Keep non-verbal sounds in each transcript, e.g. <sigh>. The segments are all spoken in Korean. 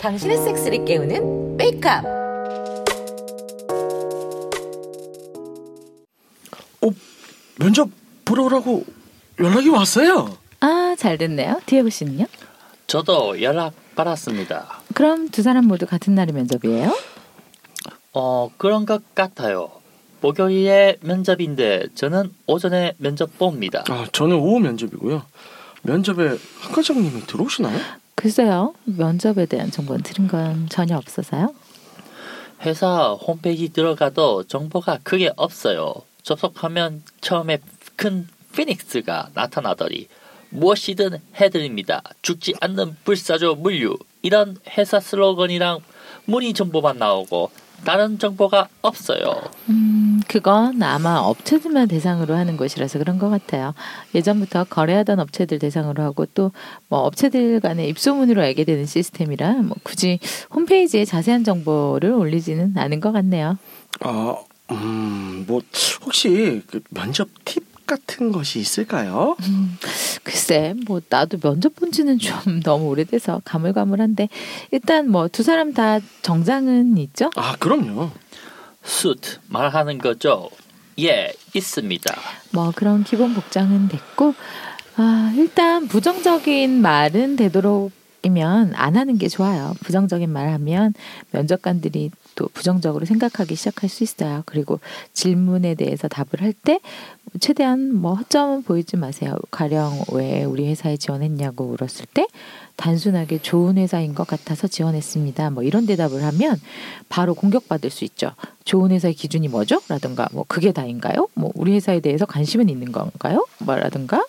당신의 섹스를 깨우는 메이크업. 어, 면접 보러 오라고 연락이 왔어요. 아, 잘 됐네요. 디에고 씨는요? 저도 연락 받았습니다. 그럼 두 사람 모두 같은 날의 면접이에요? 어 그런 것 같아요. 목요일에 면접인데 저는 오전에 면접 봅니다. 아, 저는 오후 면접이고요. 면접에 한 과장님이 들어오시나요? 글쎄요. 면접에 대한 정보는 들은 건 전혀 없어서요. 회사 홈페이지 들어가도 정보가 크게 없어요. 접속하면 처음에 큰 피닉스가 나타나더니 무엇이든 해드립니다. 죽지 않는 불사조 물류 이런 회사 슬로건이랑 문의 정보만 나오고 다른 정보가 없어요. 음, 그건 아마 업체들만 대상으로 하는 것이라서 그런 것 같아요. 예전부터 거래하던 업체들 대상으로 하고 또 뭐 업체들 간의 입소문으로 알게 되는 시스템이라 뭐 굳이 홈페이지에 자세한 정보를 올리지는 않은 것 같네요. 아, 음, 뭐 혹시 그 면접 팁 같은 것이 있을까요? 글쎄, 뭐 나도 면접 본 지는 좀 <laughs> 너무 오래돼서 가물가물한데 일단 뭐 두 사람 다 정장은 있죠? 아, 그럼요. 수트 말하는 거죠? 예, 있습니다. 뭐 그런 기본 복장은 됐고 아, 일단 부정적인 말은 되도록 이면 안 하는 게 좋아요. 부정적인 말 하면 면접관들이 또 부정적으로 생각하기 시작할 수 있어요. 그리고 질문에 대해서 답을 할 때 최대한 뭐 허점은 보이지 마세요. 가령 왜 우리 회사에 지원했냐고 물었을 때 단순하게 좋은 회사인 것 같아서 지원했습니다. 뭐 이런 대답을 하면 바로 공격받을 수 있죠. 좋은 회사의 기준이 뭐죠? 라든가 뭐 그게 다인가요? 뭐 우리 회사에 대해서 관심은 있는 건가요? 뭐라든가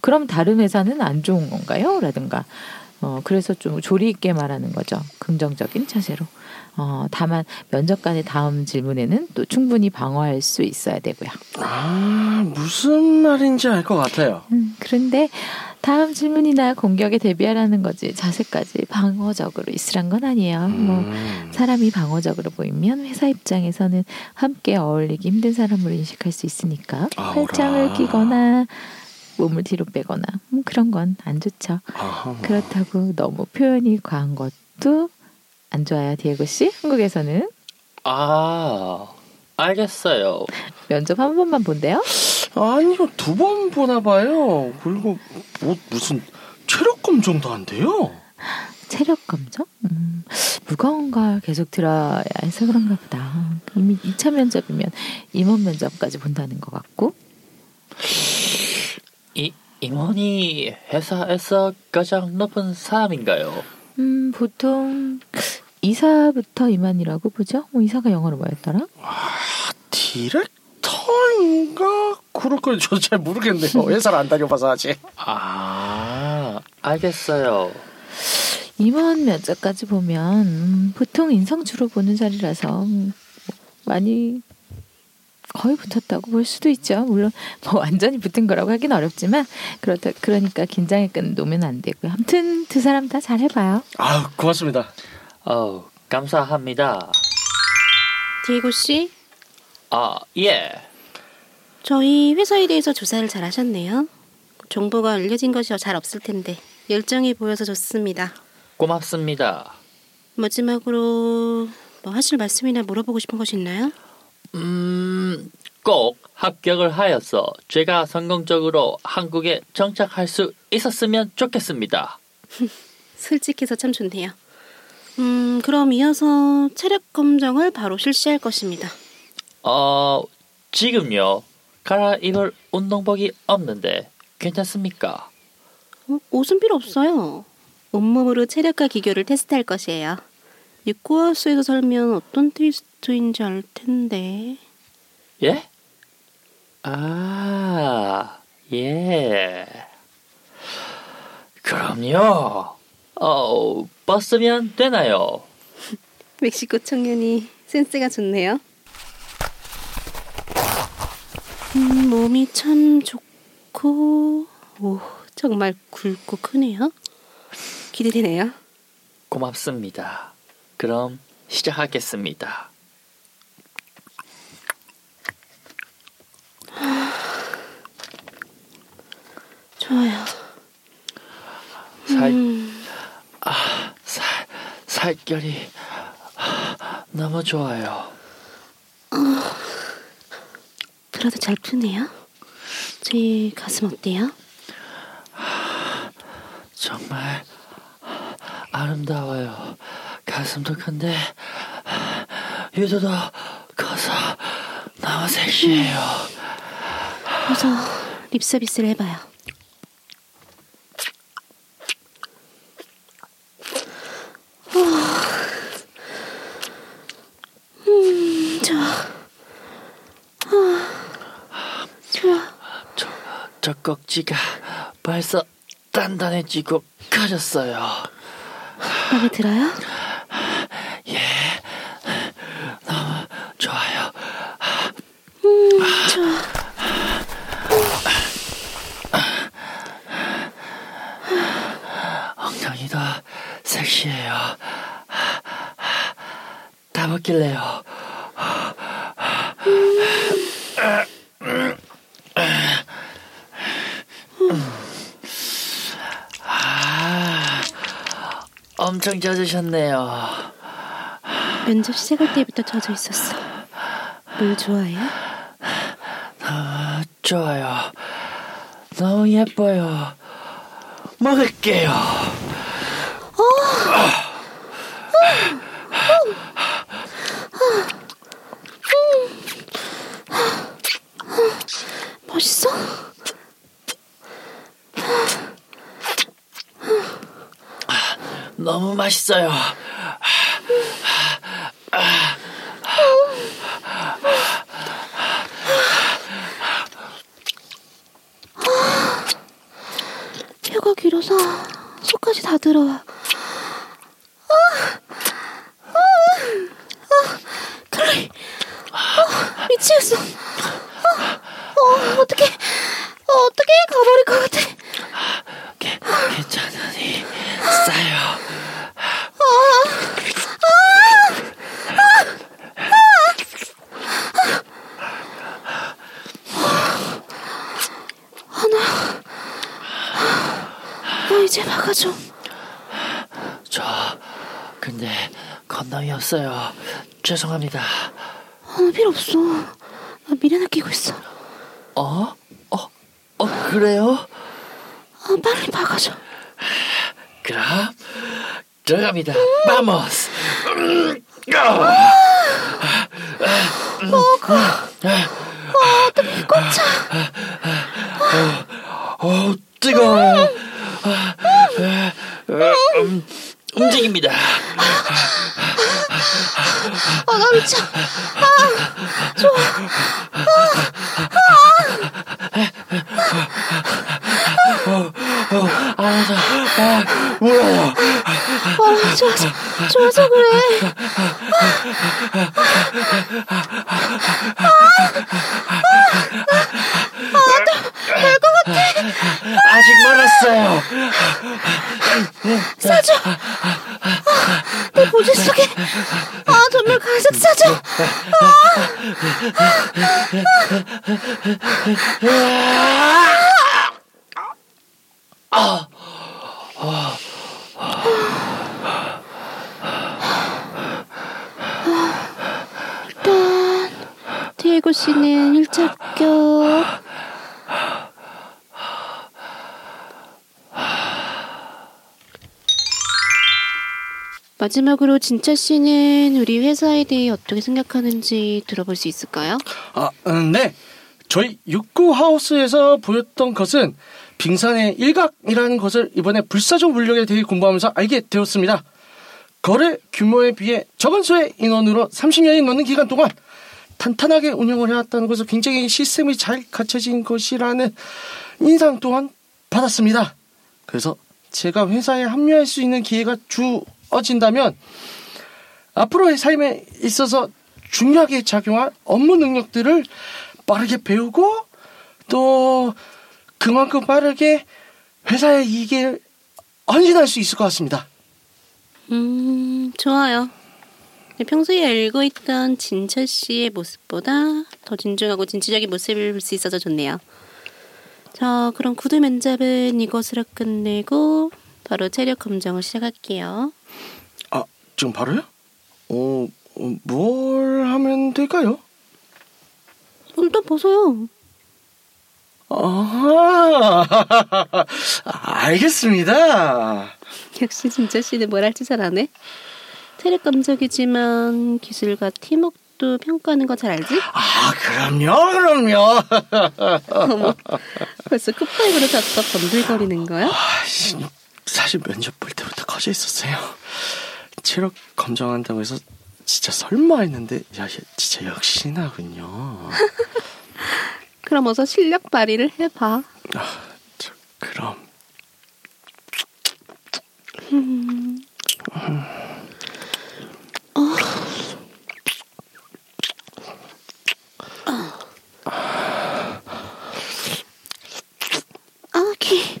그럼 다른 회사는 안 좋은 건가요? 라든가 어 그래서 좀 조리 있게 말하는 거죠. 긍정적인 자세로. 어 다만 면접관의 다음 질문에는 또 충분히 방어할 수 있어야 되고요. 아, 무슨 말인지 알 것 같아요. 음, 그런데 다음 질문이나 공격에 대비하라는 거지 자세까지 방어적으로 있으란 건 아니에요. 뭐 음. 사람이 방어적으로 보이면 회사 입장에서는 함께 어울리기 힘든 사람으로 인식할 수 있으니까 아, 팔짱을 어라. 끼거나 몸을 뒤로 빼거나 음, 그런 건 안 좋죠. 아하. 그렇다고 너무 표현이 과한 것도 안 좋아요, 디에고 씨. 한국에서는 아, 알겠어요. 면접 한 번만 본대요. 아니요, 두 번 보나 봐요. 그리고 뭐 무슨 체력 검정도 안 돼요. 체력 검정? 음, 무거운 걸 계속 들어야 해서 그런가 보다. 이미 2차 면접이면 임원 면접까지 본다는 것 같고. 이 임원이 회사에서 가장 높은 사람인가요? 음, 보통 이사부터 이만이라고 보죠? 뭐 이사가 영어로 뭐였더라? 디렉터인가? 그럴 거예요. <laughs> 저잘 모르겠네요. 회사를 안 다녀봐서 아직. 아, 알겠어요. 임원 면접까지 보면 음, 보통 인성 주로 보는 자리라서 음, 많이 거의 붙었다고 볼 수도 있죠. 물론 뭐 <laughs> 완전히 붙은 거라고 하긴 어렵지만 그렇다 그러니까 긴장의 끈 놓으면 안 되고요. 아무튼 두 사람 다 잘해봐요. 아, 고맙습니다. 어, 감사합니다. 디에고 씨, 아, 예. 저희 회사에 대해서 조사를 잘 하셨네요. 정보가 알려진 것이 잘 없을 텐데 열정이 보여서 좋습니다. 고맙습니다. 마지막으로 뭐 하실 말씀이나 물어보고 싶은 것이 있나요? 음, 꼭 합격을 하여서 제가 성공적으로 한국에 정착할 수 있었으면 좋겠습니다. 솔직해서 참 좋네요. 음, 그럼 이어서 체력 검정을 바로 실시할 것입니다. 어, 지금요. 갈아입을 운동복이 없는데 괜찮습니까? 어, 옷은 필요 없어요. 온몸으로 체력과 기교를 테스트할 것이에요. 육구하우스에서 살면 어떤 테스트인지 알 텐데. 예? 아, 예. 그럼요. 어, 벗으면 되나요? 멕시코 청년이 센스가 좋네요. 음, 몸이 참 좋고, 오, 정말 굵고 크네요. 기대되네요. 고맙습니다. 그럼 시작하겠습니다. 좋아요. 아, 살결이 하, 너무 좋아요. 들어도 잘 푸네요. 제 가슴 어때요? 정말 아름다워요. 가슴도 큰데 아, 유도도 커서 너무 섹시해요. 어서 립서비스를 해봐요. 어. 음, 좋아. 아, 좋아. 저, 저 꺽지가 벌써 단단해지고 커졌어요. 마음에 들어요? 좋아요. 엉덩이도 섹시해요. 다 먹길래요. 아, 아, 엄청 젖으셨네요. 면접 시작할 때부터 젖어 있었어. 물 좋아해요? 좋아요. 너무 예뻐요. 먹을게요. 멋있어? 너무 맛있어요. 혀가 길어서 속까지 다 들어와. 아! 아! 클로이. 아, 미치겠어. 아, 어, 어떡해. 어, 어떡해. 가버릴 것 같아. 괜- 괜찮으니 싸요. 나 이제 막아줘. 어, 저 근데 건담이 없어요. 죄송합니다. 아, 나 필요 없어. 나 미련을 끼고 있어. 아, 어? 어? 어 그래요? 어, 빨리 막아줘. 그럼 들어갑니다. 바모스. 어, 어, 뜨거워요. 어, 음, 움직입니다. 아, 나 미쳐. 알아서 아, 울어요. 아, 좋아서, 좋아서 그래. 아직 멀었어요. 싸줘. 아, 내 보조 속에. 아, 정말 가득 싸줘. 일단 디에고 씨는 1차 합격. 마지막으로 진짜 씨는 우리 회사에 대해 어떻게 생각하는지 들어볼 수 있을까요? 아, 음, 네. 저희 육구 하우스에서 보였던 것은 빙산의 일각이라는 것을 이번에 불사조 물력에 대해 공부하면서 알게 되었습니다. 거래 규모에 비해 적은 수의 인원으로 30년이 넘는 기간 동안 탄탄하게 운영을 해왔다는 것을 굉장히 시스템이 잘 갖춰진 것이라는 인상 또한 받았습니다. 그래서 제가 회사에 합류할 수 있는 기회가 주어진다면 앞으로의 삶에 있어서 중요하게 작용할 업무 능력들을 빠르게 배우고 또 그만큼 빠르게 회사의 이익에 헌신할 수 있을 것 같습니다. 음, 좋아요. 네, 평소에 알고 있던 진철 씨의 모습보다 더 진중하고 진취적인 모습을 볼 수 있어서 좋네요. 자, 그럼 구두 면접은 이것으로 끝내고 바로 체력 검정을 시작할게요. 아, 지금 바로요? 어, 어, 뭘 하면 될까요? 일단 음, 벗어요. <laughs> 아하, <laughs> 알겠습니다. 역시 진짜 씨는 뭘 할지 잘 아네. 체력 감적이지만 기술과 팀워크도 평가하는 거 잘 알지? 아, 그럼요, 그럼요. 어머, 벌써 컵파이브로 졌어 범들거리는 거야? 아, 씨, 사실 면접 볼 때부터 커져 있었어요. 체력 검정한다고 해서 진짜 설마 했는데, 야, 얘 진짜 역시나군요. 그럼 어서 실력 발휘를 해봐. 아, 저, 그럼 아, 오케이.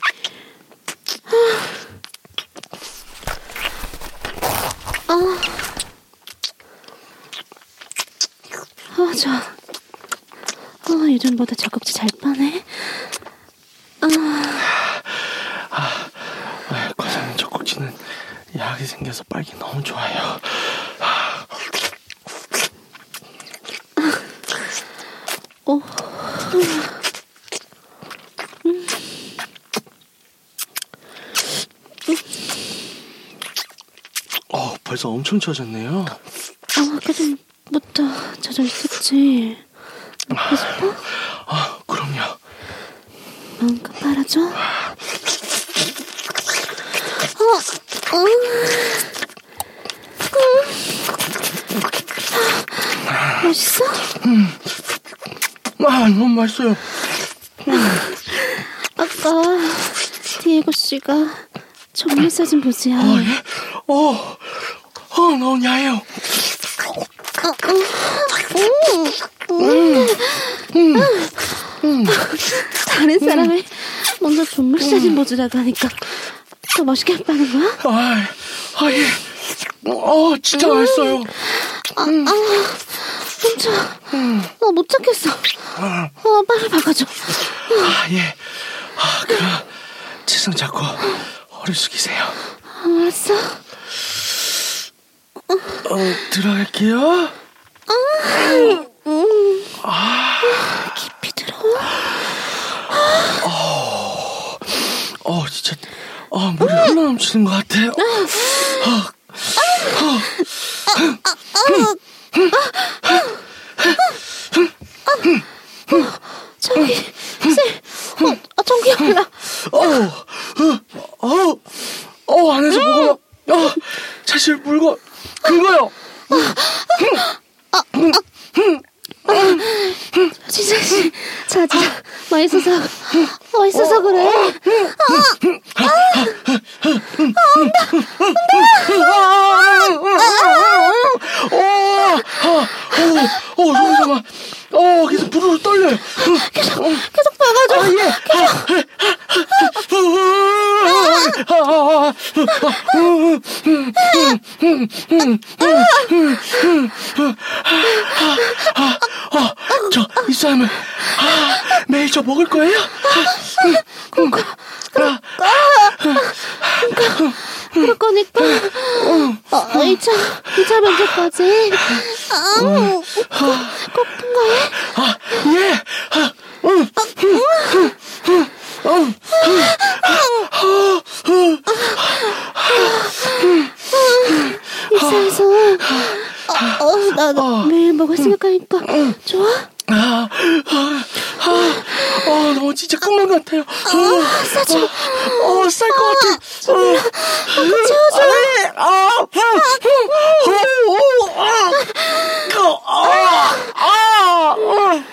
아, 아, 좋아. 아, 예전보다 젖꼭지 잘 빠네. 아, 과장님 젖꼭지는 약이 생겨서 빨기 너무 좋아요. 오. 어, 벌써 엄청 젖었네요. 아, 그전부터 젖어 있었지. 아, 그럼요. 마음껏 빨아줘. 어, 음. 어. 맛있어? 아, 너무 맛있어요. 아까 디에고 씨가 정밀 사진 보지야. 아, 예? 어, 어, 너무 야해요. 음. 다른 사람을 먼저 정밀 사진 보지라고 하니까 더 멋있게 했다는 거야? 아, 아, 예. 어, 진짜 맛있어요. 혼자 음. 나못 찾겠어. 어, 빨리 박아줘. 아, 예. 아, 그럼, 치성 잡고, 허를 숙이세요. 아, 알았어. 어, 들어갈게요. 아, 깊이 들어. 어, 진짜, 어, 물이 흘러넘치는 것 같아요. 어, 저기 쌤, 어, 아, 전기 올라. 어, 어, 어, 안에서 뭐가, 어, 사실 물고, 그거요. 진짜 씨, 자자 맛있어서 아. 음. 맛있어서 그래. 어, 아, 어, 어, 잠깐만, 잠깐만. 어, 계속 부르르 떨려요. 계속, 계속 박아줘. 아, 예. 아, 저, 이 쌈을, 아, 매일 저 먹을 거예요? 그럴 거니까 어, 이차 이차 면접까지 어, 아우 음. 아, 예! 아, 음, 음, 음, 음, 어, 음, 음, 아, 음. 음. 입사해서 어, 어나 매일 먹을 음. 생각하니까 좋아. 아, 아, 아, 아, 너무 진짜 꿈만 같아요. 아, 싸줘. 어, 쌀 것 같아. 어, 채워줘. 아, 아, 아, 아, 아, 아, 아.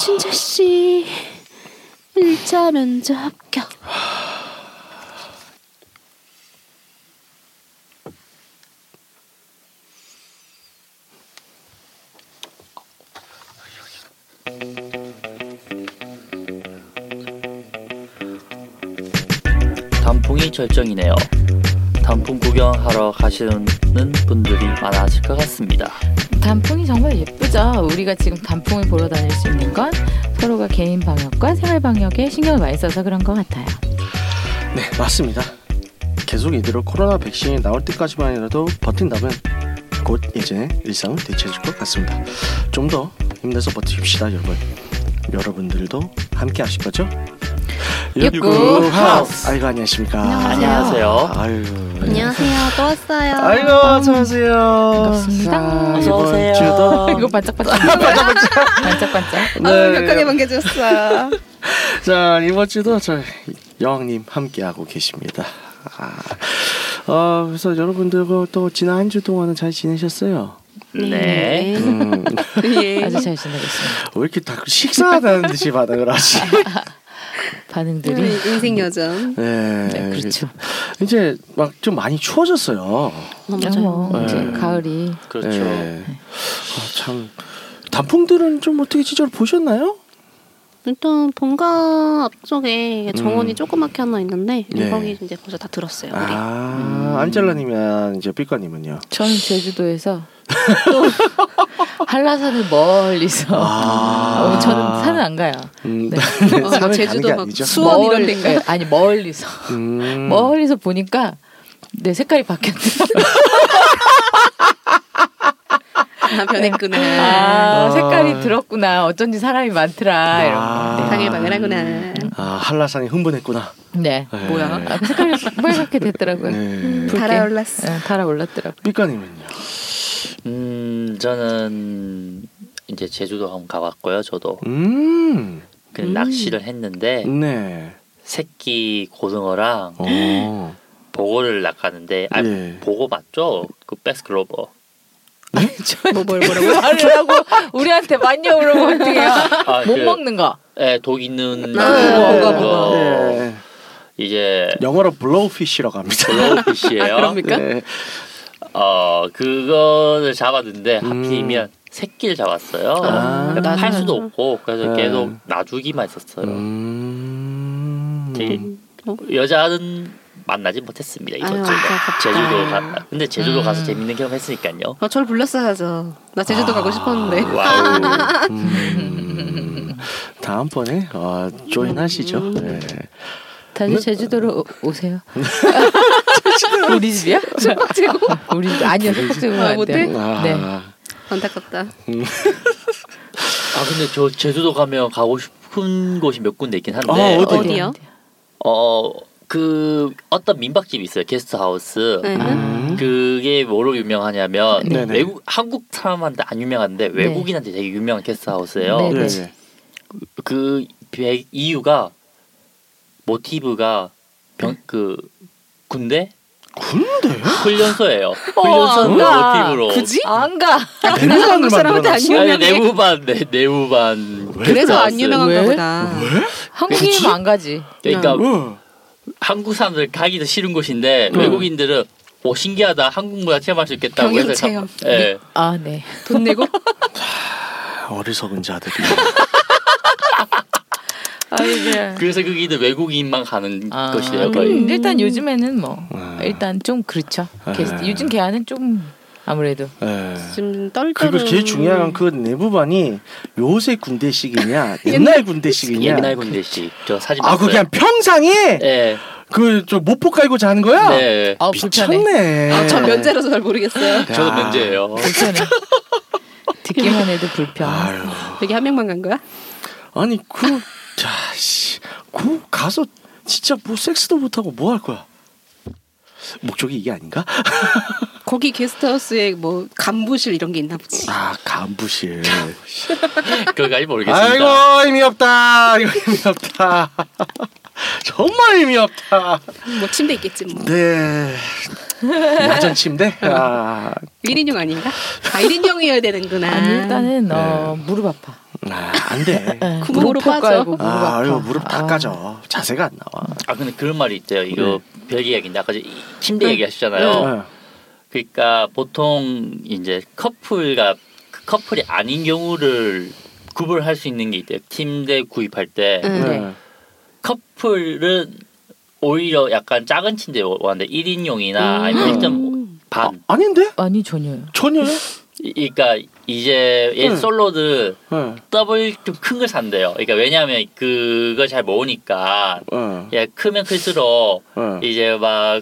진짜 씨 1차 면접 합격. 단풍이 절정이네요. 단풍 구경하러 가시는 분들이 많아질 것 같습니다. 단풍이 정말 예쁘죠. 우리가 지금 단풍을 보러 다닐 수 있는 건 서로가 개인 방역과 생활 방역에 신경을 많이 써서 그런 것 같아요. 네, 맞습니다. 계속 이대로 코로나 백신이 나올 때까지만이라도 버틴다면 곧 이제 일상을 되찾을 것 같습니다. 좀 더 힘내서 버티십시다, 여러분. 여러분들도 함께 하실 거죠? 육구 육구 하우스. 아이고 안녕하십니까. 안녕하세요. 안녕하세요. 아유. 안녕하세요. 또 왔어요. 아이고 어서 오세요. 반갑습니다. 자, 어서 이번 오세요. 주도 <laughs> 이거 반짝반짝. 반짝반짝. 반짝반짝. 아유, 네. 격하게 반겨줬어요. 자 이번 주도 저희 여왕님 함께하고 계십니다. 아, 어, 그래서 여러분들과 또 지난 한 주 동안은 잘 지내셨어요? 네. 음, <laughs> <laughs> 예. 아주 잘 지내고 있습니다. 왜 이렇게 다 식상하다는 듯이 반응을 하시? 반응들이. 음, 인생 여정. 네, 네, 그렇죠. 이제 막 좀 많이 추워졌어요. 어, 아, 뭐 맞아요. 이제 네. 가을이 그렇죠. 네. 아, 참 단풍들은 좀 어떻게 진짜로 보셨나요? 일단 본가 앞쪽에 음. 정원이 조그맣게 하나 있는데 네. 거기 이제 벌써 다 들었어요. 우리. 아, 안젤라님이랑 이제 삐까님은요. 저는 제주도에서 또 <laughs> 한라산을 멀리서 아. 어, 저는 산은 안 가요. 음, <laughs> 네. 어, 산을 가는 제주도 게 막 아니죠. 수- 수원 이런 멀- 데인가요? 네, 아니 멀리서 음. 멀리서 보니까 내 색깔이 바뀌었어요. 아, 변했구나. 아, 아. 색깔이 들었구나. 어쩐지 사람이 많더라. 아. 이런 네. 거. 방글방글하구나. 음. 아 한라산이 흥분했구나. 네. 네. 뭐야? 아, 색깔이 빨갛게 됐더라고요. 네. 붉게. 음, 달아올랐어. 네, 달아올랐더라고요. 삐까님은요. 음, 저는 이제 제주도 한번 가봤고요. 저도 음. 그냥 낚시를 했는데 네. 새끼 고등어랑 어. 보고를 낚았는데 아, 예. 보고 맞죠? 그 백스글로버. 뭐뭘 뭐라고? 말을 하고 우리한테 많이요 그러면 어떡해요. 아, 못 그- 먹는 거. 예, 독 있는 아, 그거. 보고, 네. 이제 영어로 블로우피쉬라고 합니다. 블로우피쉬예요. 그럽니까? 네. 어 그거를 잡았는데 음. 하필이면 새끼를 잡았어요. 아. 그러니까 팔 수도 없고 그래서 네. 계속 놔주기만 했었어요. 음. 되게 네. 어, 여자는 만나지 못했습니다. 아유, 이것저것 아깝다. 제주도 가 근데 제주도 음. 가서 재밌는 경험했으니까요. 어, 저를 불렀어야죠. 나 제주도 아. 가고 싶었는데. 와우. 음. 다음번에 어, 조인하시죠. 네. 다시 제주도로 오, 세요 우리 집이야? 소박제고? <laughs> 우리 집 아니요 소박제고는 아, 안 못해? 돼요. 아, 네. 안타깝다. 아 근데 저 제주도 가면 가고 싶은 곳이 몇 군데 있긴 한데 어, 어디? 어디요? 네, 어, 그 어떤 민박집이 있어요. 게스트하우스. 네. 음. 그게 뭐로 유명하냐면 네네. 외국 한국 사람한테 안 유명한데 외국인한테 되게 유명한 게스트하우스예요. 네. 네. 네. 그 배- 이유가 모티브가 병, 그 군대 군대? 훈련소예요. 어, 훈련소 나 모티브로. 굳이? 안 가. 아, 한국 사람한테 안 아니 유명해. 내부반 네, 내부반 그래서 안 게스트하우스. 유명한가 왜? 보다. 한국인이면 안 가지. 그러니까 어. 한국 사람들 가기도 싫은 곳인데 외국인들은 오 신기하다 한국 문화 체험할 수 있겠다고 해서 경영 체험. 가- 예. 아 네. 돈 내고? 어리석은 자들이. <laughs> 아 이제. 그래서 거기는 외국인만 가는 아, 것이에요 거의 음, 일단 요즘에는 뭐 아. 일단 좀 그렇죠. 아. 게스트, 요즘 개안은 좀 아무래도 네. 지금 떨떠름. 그리고 제일 중요한 건 그 내부반이 요새 군대식이냐 옛날 군대식이냐 그 옛날 군대식 저 사진 아 봤어요. 그게 그냥 어. 평상에 예. 그 저 모포 깔고 자는 거야? 네. 아 불편해. 미쳤네. 아, 전 면제라서 잘 모르겠어요. 저도 야. 면제예요. 불편해. <laughs> 듣기만 해도 불편. 아유. 여기 한 명만 간 거야? 아니 그 자씨 그 가서 진짜 뭐 섹스도 못하고 뭐 할 거야? 목적이 이게 아닌가? 거기 게스트하우스에 뭐 간부실 이런 게 있나 보지. 아 간부실. 그거까지 모르겠습니다. 아이고 의미 없다. 이거 의미 없다. <laughs> 정말 의미 없다. 뭐 침대 있겠지 뭐. 네. 야전 침대. 아, 1인용 아닌가? 아 1인용이어야 되는구나. 아니 일단은 어, 무릎 아파. 아, 안 돼. 네, 그 무릎 무릎 빠져. 깔고 무릎 아, 아파. 이거 무릎 다 아. 까져. 자세가 안 나와. 아 근데 그런 말이 있대요. 이거 별 이야기인데 아까 저 이- 침대 얘기하시잖아요. 네. 그러니까 보통 이제 커플과 그 커플이 아닌 경우를 구별할 수 있는 게 있대요. 침대 구입할 때 응. 네. 네. 커플은 오히려 약간 작은 침대 원하는데 1인용이나 아니면 1점 음. 반. 아닌데? 아니 전혀요. 전혀요? 이- 그러니까 이제 옛 음. 솔로들 예. 더블 좀 큰 걸 산대요. 그러니까 왜냐하면 그거 잘 모으니까 예. 예, 크면 클수록 예. 이제 막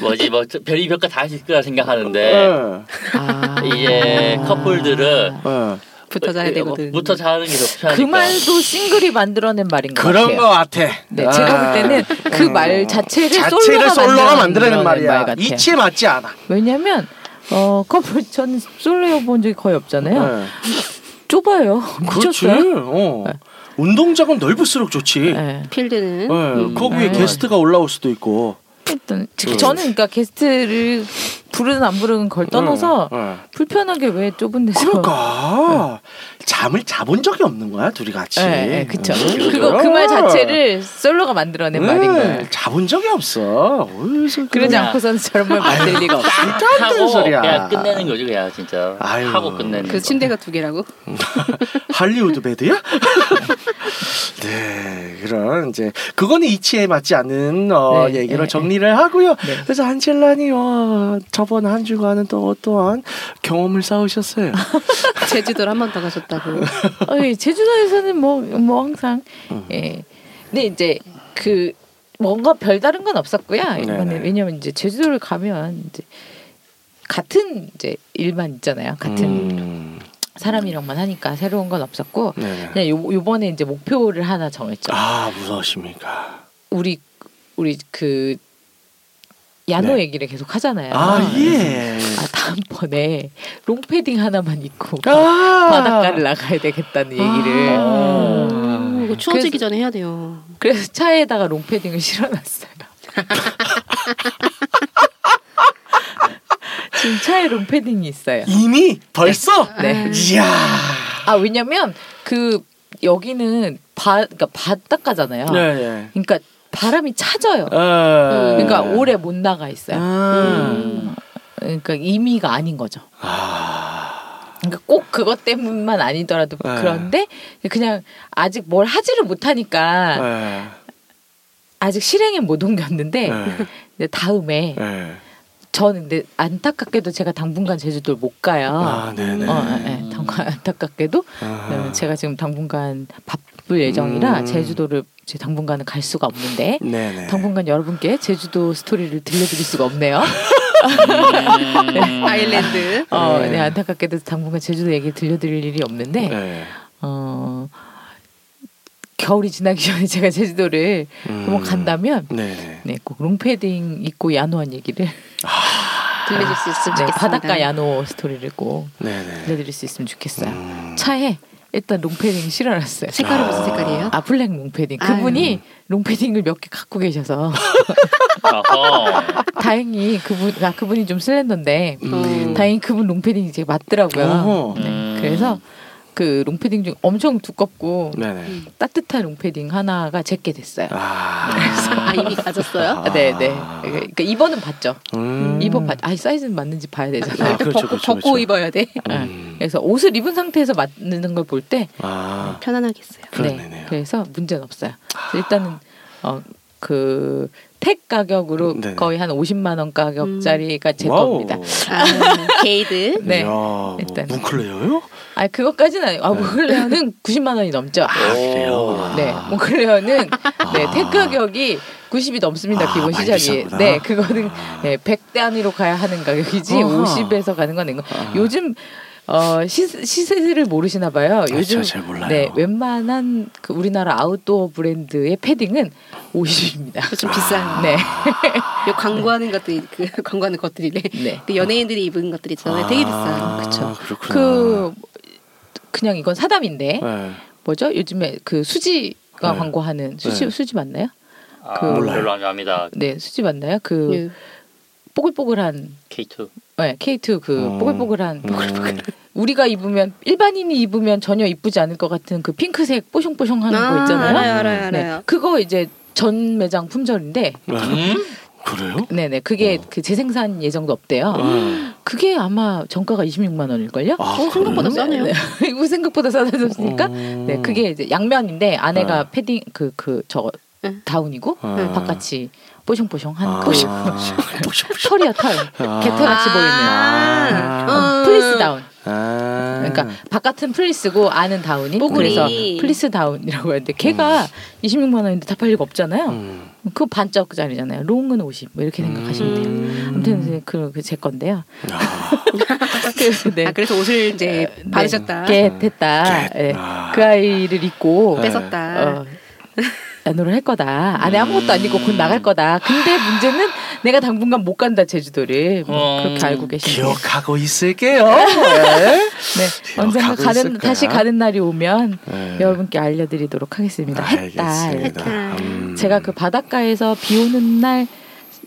뭐지 뭐 별이 별거 다 있을 거라 생각하는데 예. 아. 이제 예, 커플들은 예. 붙어 자야 되거든. 부터 자는 게 좋다니까. 그 말도 싱글이 만들어낸 말인 것 그러니까. 그런 같아요. 거 같아. 네, 아. 어. 제가 볼 때는 그 말 자체를, 자체를 솔로가 만들어낸 말이야. 말 같아요. 이치에 맞지 않아. 왜냐면 어 커플 전 솔로 여본 적이 거의 없잖아요. 예. 좁아요. 그렇지. 네. 미쳤어요. 어. 운동장은 넓을수록 좋지. 예. 네. 필드는 거기 에 음. 게스트가 올라올 수도 있고. 어떤- 저는 그러니까 게스트를 부르든 안 부르든 걸 떠나서 예. 예. 불편하게 왜 좁은 데서 그러니까 잠을 자본 적이 없는 거야 둘이 같이. 예, 예, 그쵸. 음. 그거 그 말 자체를 솔로가 만들어낸 음, 말인 거예요. 자본 적이 없어. 어디서 그러지 그냥- 않고서는 저런 말 만들 리가 없어. 하고 소리야. 그냥 끝내는 거죠, 그냥 진짜 아유. 하고 끝내는. 그 거. 침대가 두 개라고? 할리우드 배드야? <laughs> 네, 그런 이제 그거는 이치에 맞지 않는 어, 네, 얘기로 네, 정리를 하고요. 네. 그래서 안젤라니 어, 저번 한 주간은 또 어떠한 경험을 쌓으셨어요. 제주도를 한 번 더 가셨다고. 어, 예, 제주도에서는 뭐, 뭐 항상 음. 예. 근데 이제 그 뭔가 별다른 건 없었고요. 이번에 네네. 왜냐면 이제 제주도를 가면 이제 같은 이제 일만 있잖아요. <laughs> 같은 음, 사람이랑만 하니까 새로운 건 없었고 네. 그냥 요, 요번에 이제 목표를 하나 정했죠. 아 무서우십니까? 우리 우리 그 야노 네. 얘기를 계속 하잖아요. 아 예. 아, 다음번에 롱패딩 하나만 입고 아 바닷가를 나가야 되겠다는 얘기를 어. 음. 아, 이거 추워지기 그래서- 전에 해야 돼요. 그래서 차에다가 롱패딩을 실어놨어요. <laughs> 지금 차에 롱패딩이 있어요. 이미 벌써 네. 이야 아 왜냐면 그 여기는 바 그러니까 바닷가잖아요. 네, 어. 그러니까 바람이 차져요. 그러니까 그러니까 오래 못 나가 있어요. 아, 그러니까 의미가 아닌 거죠. 아. 그러니까 꼭 그것 때문만 아니더라도 네. 그런데 그냥 아직 뭘 하지를 못하니까 네. 아직 실행에 못 옮겼는데 네. 이제 다음에 네. 저는 근데 안타깝게도 제가 당분간 제주도를 못 가요. 아, 네네. 어, 예, 예. 당분간 안타깝게도 아. 제가 지금 당분간 바쁠 예정이라 음. 제주도를 제 당분간은 갈 수가 없는데 네네. 당분간 여러분께 제주도 스토리를 들려드릴 수가 <laughs> 없네요. <laughs> 음. 아일랜드. 어, 네. 네, 안타깝게도 당분간 제주도 얘기 들려드릴 일이 없는데 네. 어, 겨울이 지나기 전에 제가 제주도를 음. 한번 뭐 간다면 네네. 네, 꼭 롱패딩 입고 야노한 얘기를 아, 들려줄 수 있으면 네, 좋겠습니다. 바닷가 야노 스토리를 꼭 네네. 들려드릴 수 있으면 좋겠어요. 음. 차에 일단 롱패딩 실어놨어요. 색깔은 무슨 색깔이에요? 아 블랙 롱패딩. 아유. 그분이 롱패딩을 몇 개 갖고 계셔서 <laughs> 어허. 다행히 그분 아 그분이 좀 슬렌더인데 음. 다행히 그분 롱패딩이 되게 맞더라고요. 어허. 네, 음. 그래서 그 롱패딩 중 엄청 두껍고 네네. 음. 따뜻한 롱패딩 하나가 제게 됐어요. 아. <laughs> 아, 이미 가졌어요? 아. 네, 네. 그러니까 입어는 봤죠. 음. 입어 봤. 아, 사이즈는 맞는지 봐야 되잖아요. 네. 아, 그렇죠, 벗고, 그렇죠, 벗고 그렇죠. 입어야 돼. 음. 그래서 옷을 입은 상태에서 맞는 걸 볼 때 아. 편안하겠어요. 그러네요. 그래서 문제는 없어요. 그래서 일단은 어, 그택 가격으로 네네. 음. 거의 한 50만 원 가격짜리가 제 겁니다. 아, 게이드. 네. 네. 뭐 일단은. 뭉클레어요? 아 그것까지는 아니고 아 네. 몽클레어는 <laughs> 90만 원이 넘죠. 아. 그래요. 아, 네, 몽클레어는 네택 가격이 90이 넘습니다. 아, 기본 많이 시작이. 비싸구나. 네, 그거는 네, 100대 안으로 가야 하는 가격이지 아하. 50에서 가는 건 아니고 요즘 어 시, 시세를 모르시나 봐요. 아, 요즘 저, 잘 몰라요. 네, 웬만한 그 우리나라 아웃도어 브랜드의 패딩은 50입니다. 아, 좀 비싸요. 네. 요 광고하는 것들, 그 <laughs> 광고하는 것들이래. 네. 그 연예인들이 입은 것들 있잖아요. 되게 비싸요. 그렇죠. 그 그냥 이건 사담인데 네. 뭐죠? 요즘에 그 수지가 네. 광고하는 수지 네. 수지 맞나요? 아, 그- 별로 안 좋아합니다. 네, 수지 맞나요? 그 예. 뽀글뽀글한 K2. 네, K2 그 어. 뽀글뽀글한 음. 우리가 입으면 일반인이 입으면 전혀 이쁘지 않을 것 같은 그 핑크색 뽀송뽀송한 아, 거 있잖아요. 알아요, 알아요, 알아요. 네, 그거 이제 전 매장 품절인데, 음? 그래요? 네네 그게 어. 그 재생산 예정도 없대요. 아. 그게 아마 정가가 26만 원일걸요? 아, 어, 생각보다 그래요? 싸네요. 네, <laughs> 이거 생각보다 싸다졌으니까. 음. 네, 그게 이제 양면인데 안에가 네. 패딩 그 그 저거 응. 다운이고 아. 바깥이 뽀송뽀송한 아. 그 <laughs> <laughs> 털이야 털 아. 개털같이 보이는 아, 아. 어. 플리스 다운 아. 그러니까 바깥은 플리스고 안은 다운이 뽀글이. 그래서 플리스 다운이라고 했는데 걔가 26만 원인데 다 팔 리가 없잖아요 음. 그거 반짝짜리잖아요 롱은 50뭐 이렇게 생각하시면 돼요 음. 아무튼 이제 그, 그제 건데요 그래서 <laughs> 네. 아, 그래서 옷을 이제 받으셨다. 겟 했다. 네. 예. 아. 그 아이를 입고 뺏었다. 어, 안으로 할 거다. 안에 아무것도 안 입고 곧 나갈 거다. 근데 문제는 내가 당분간 못 간다 제주도를 뭐 음. 그렇게 알고 계시네요. 어. 기억하고 <laughs> 있을게요. 네. 네, 언젠가 기억하고 있을 가는 거야. 다시 가는 날이 오면 네. 여러분께 알려드리도록 하겠습니다. 했다. 알겠습니다. 했다. 음. 제가 그 바닷가에서 비 오는 날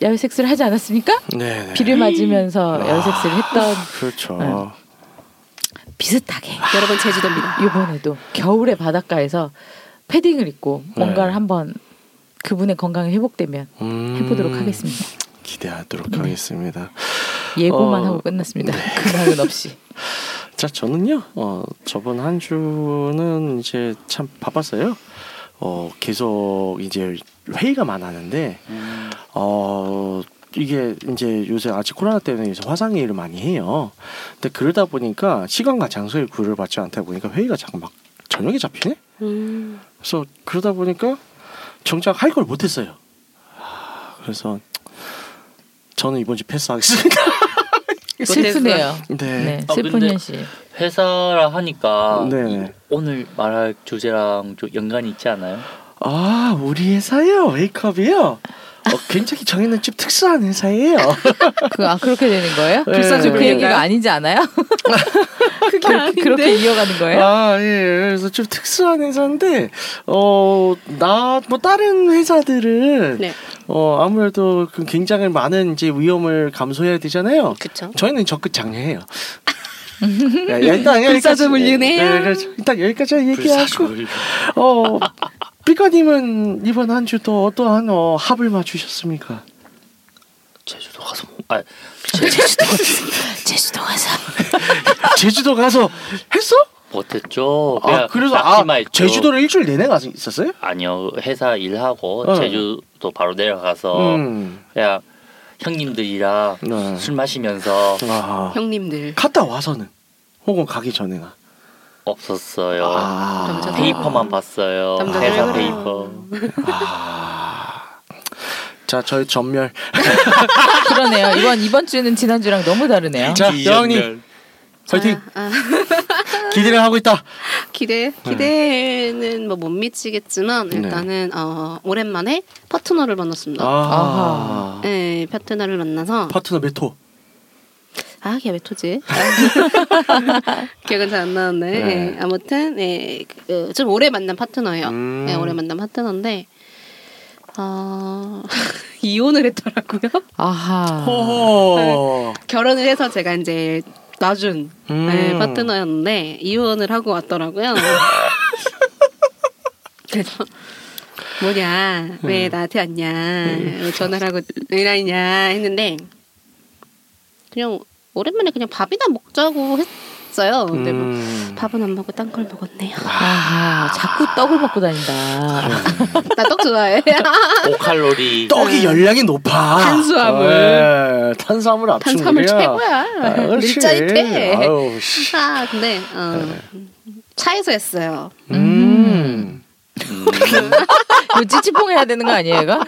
야외 섹스를 하지 않았습니까? 네, 네. 비를 맞으면서 아. 야외 섹스를 어, 했던 네, 그렇죠. 응. 비슷하게 여러분 제주도입니다. 이번에도 겨울에 바닷가에서 패딩을 입고 뭔가를 네. 한번 그분의 건강이 회복되면 음. 해보도록 하겠습니다. 네. 기대하도록 하겠습니다. 예고만 어, 하고 끝났습니다. 근황은 없이. <laughs> 자, 저는요. 어, 저번 한 주는 이제 참 바빴어요. 어, 계속 이제 회의가 많았는데 음? 어 이게 이제 요새 아직 코로나 때문에 이제 화상 회의를 많이 해요. 근데 그러다 보니까 시간과 장소의 구애를 받지 않다 보니까 회의가 자꾸 막 저녁에 잡히네. 음. 그래서 그러다 보니까 정작 할 걸 못했어요. 아, 그래서 저는 이번 주 패스하겠습니다. 슬프네요. 네, 네. 아, 슬픈 근데- 현실. 회사라 하니까 네네. 오늘 말할 주제랑 좀 연관이 있지 않아요? 아 우리 회사요 웨이크업이요. 어, 굉장히 정해놓은 집 특수한 회사예요. 그, 아, 그렇게 되는 거예요? 네. 불사조 그 그런가요? 얘기가 아니지 않아요? <laughs> 그게 그렇게, 그렇게 이어가는 거예요? 아, 예. 그래서 좀 특수한 회사인데, 어, 나, 뭐, 다른 회사들은, 네, 어, 아무래도 그 굉장히 많은 이제 위험을 감소해야 되잖아요. 그쵸. 저희는 적극 장려해요. 야, 일단 불사조 여기까지- 물리네요. 예, 그렇죠. 일단 여기까지 얘기하고, 불사조를. 어, 삐까님은 이번 한 주도 어떠한 어, 합을 맞추셨습니까? 제주도 가서 뭐- 아 아. 제주도 가서. 제주도 가서 했어? 못했죠. 아, 그냥 그래서 아, 낙지만 했죠. 제주도를 일주일 내내 가서 있었어요? 아니요 회사 일하고 어. 제주도 바로 내려가서 음. 그냥 형님들이랑 네. 술 마시면서 아. 형님들. 갔다 와서는 혹은 가기 전에나 없었어요. 아, 남자 페이퍼만 봤어요. 남자 회사 그래요. 페이퍼. 아. 자 저희 전멸 그러네요. 이번, 이번 주는 지난주랑 너무 다르네요. 자 음. 여왕님 화이팅 아, 아. <laughs> 기대를 하고 있다 기대 네. 기대는 뭐 못 미치겠지만 네. 일단은 어, 오랜만에 파트너를 만났습니다. 아 아하. 네, 파트너를 만나서 파트너 메토 아, 걔 왜 토지? <laughs> 기억은 잘 안 나는데 네. 예, 아무튼 예, 그, 좀 오래 만난 파트너예요. 음. 예, 오래 만난 파트너인데 어, <laughs> 이혼을 했더라고요. 아하. 네. 호호 결혼을 해서 제가 이제 놔준 음. 네, 파트너였는데 이혼을 하고 <laughs> 왔더라고요. 그래서 뭐냐 음. 왜 나한테 왔냐 왜 전화를 하고 이라이냐 했는데 그냥 오랜만에 그냥 밥이나 먹자고 했어요. 근데 뭐 음. 밥은 안 먹고 딴 걸 먹었네요. <laughs> 아하. 자꾸 떡을 먹고 다닌다. 나 떡 좋아해. <laughs> <laughs> 고칼로리. 떡이 열량이 높아 탄수화물. 예, 탄수화물 압축 탄수화물 최고야. 밀자이 돼. 아유 씨. 아 <laughs> 근데 어, 네. 차에서 했어요. 음. 이거 뭐 찌찌뽕 해야 되는 거 아니에요, 이거?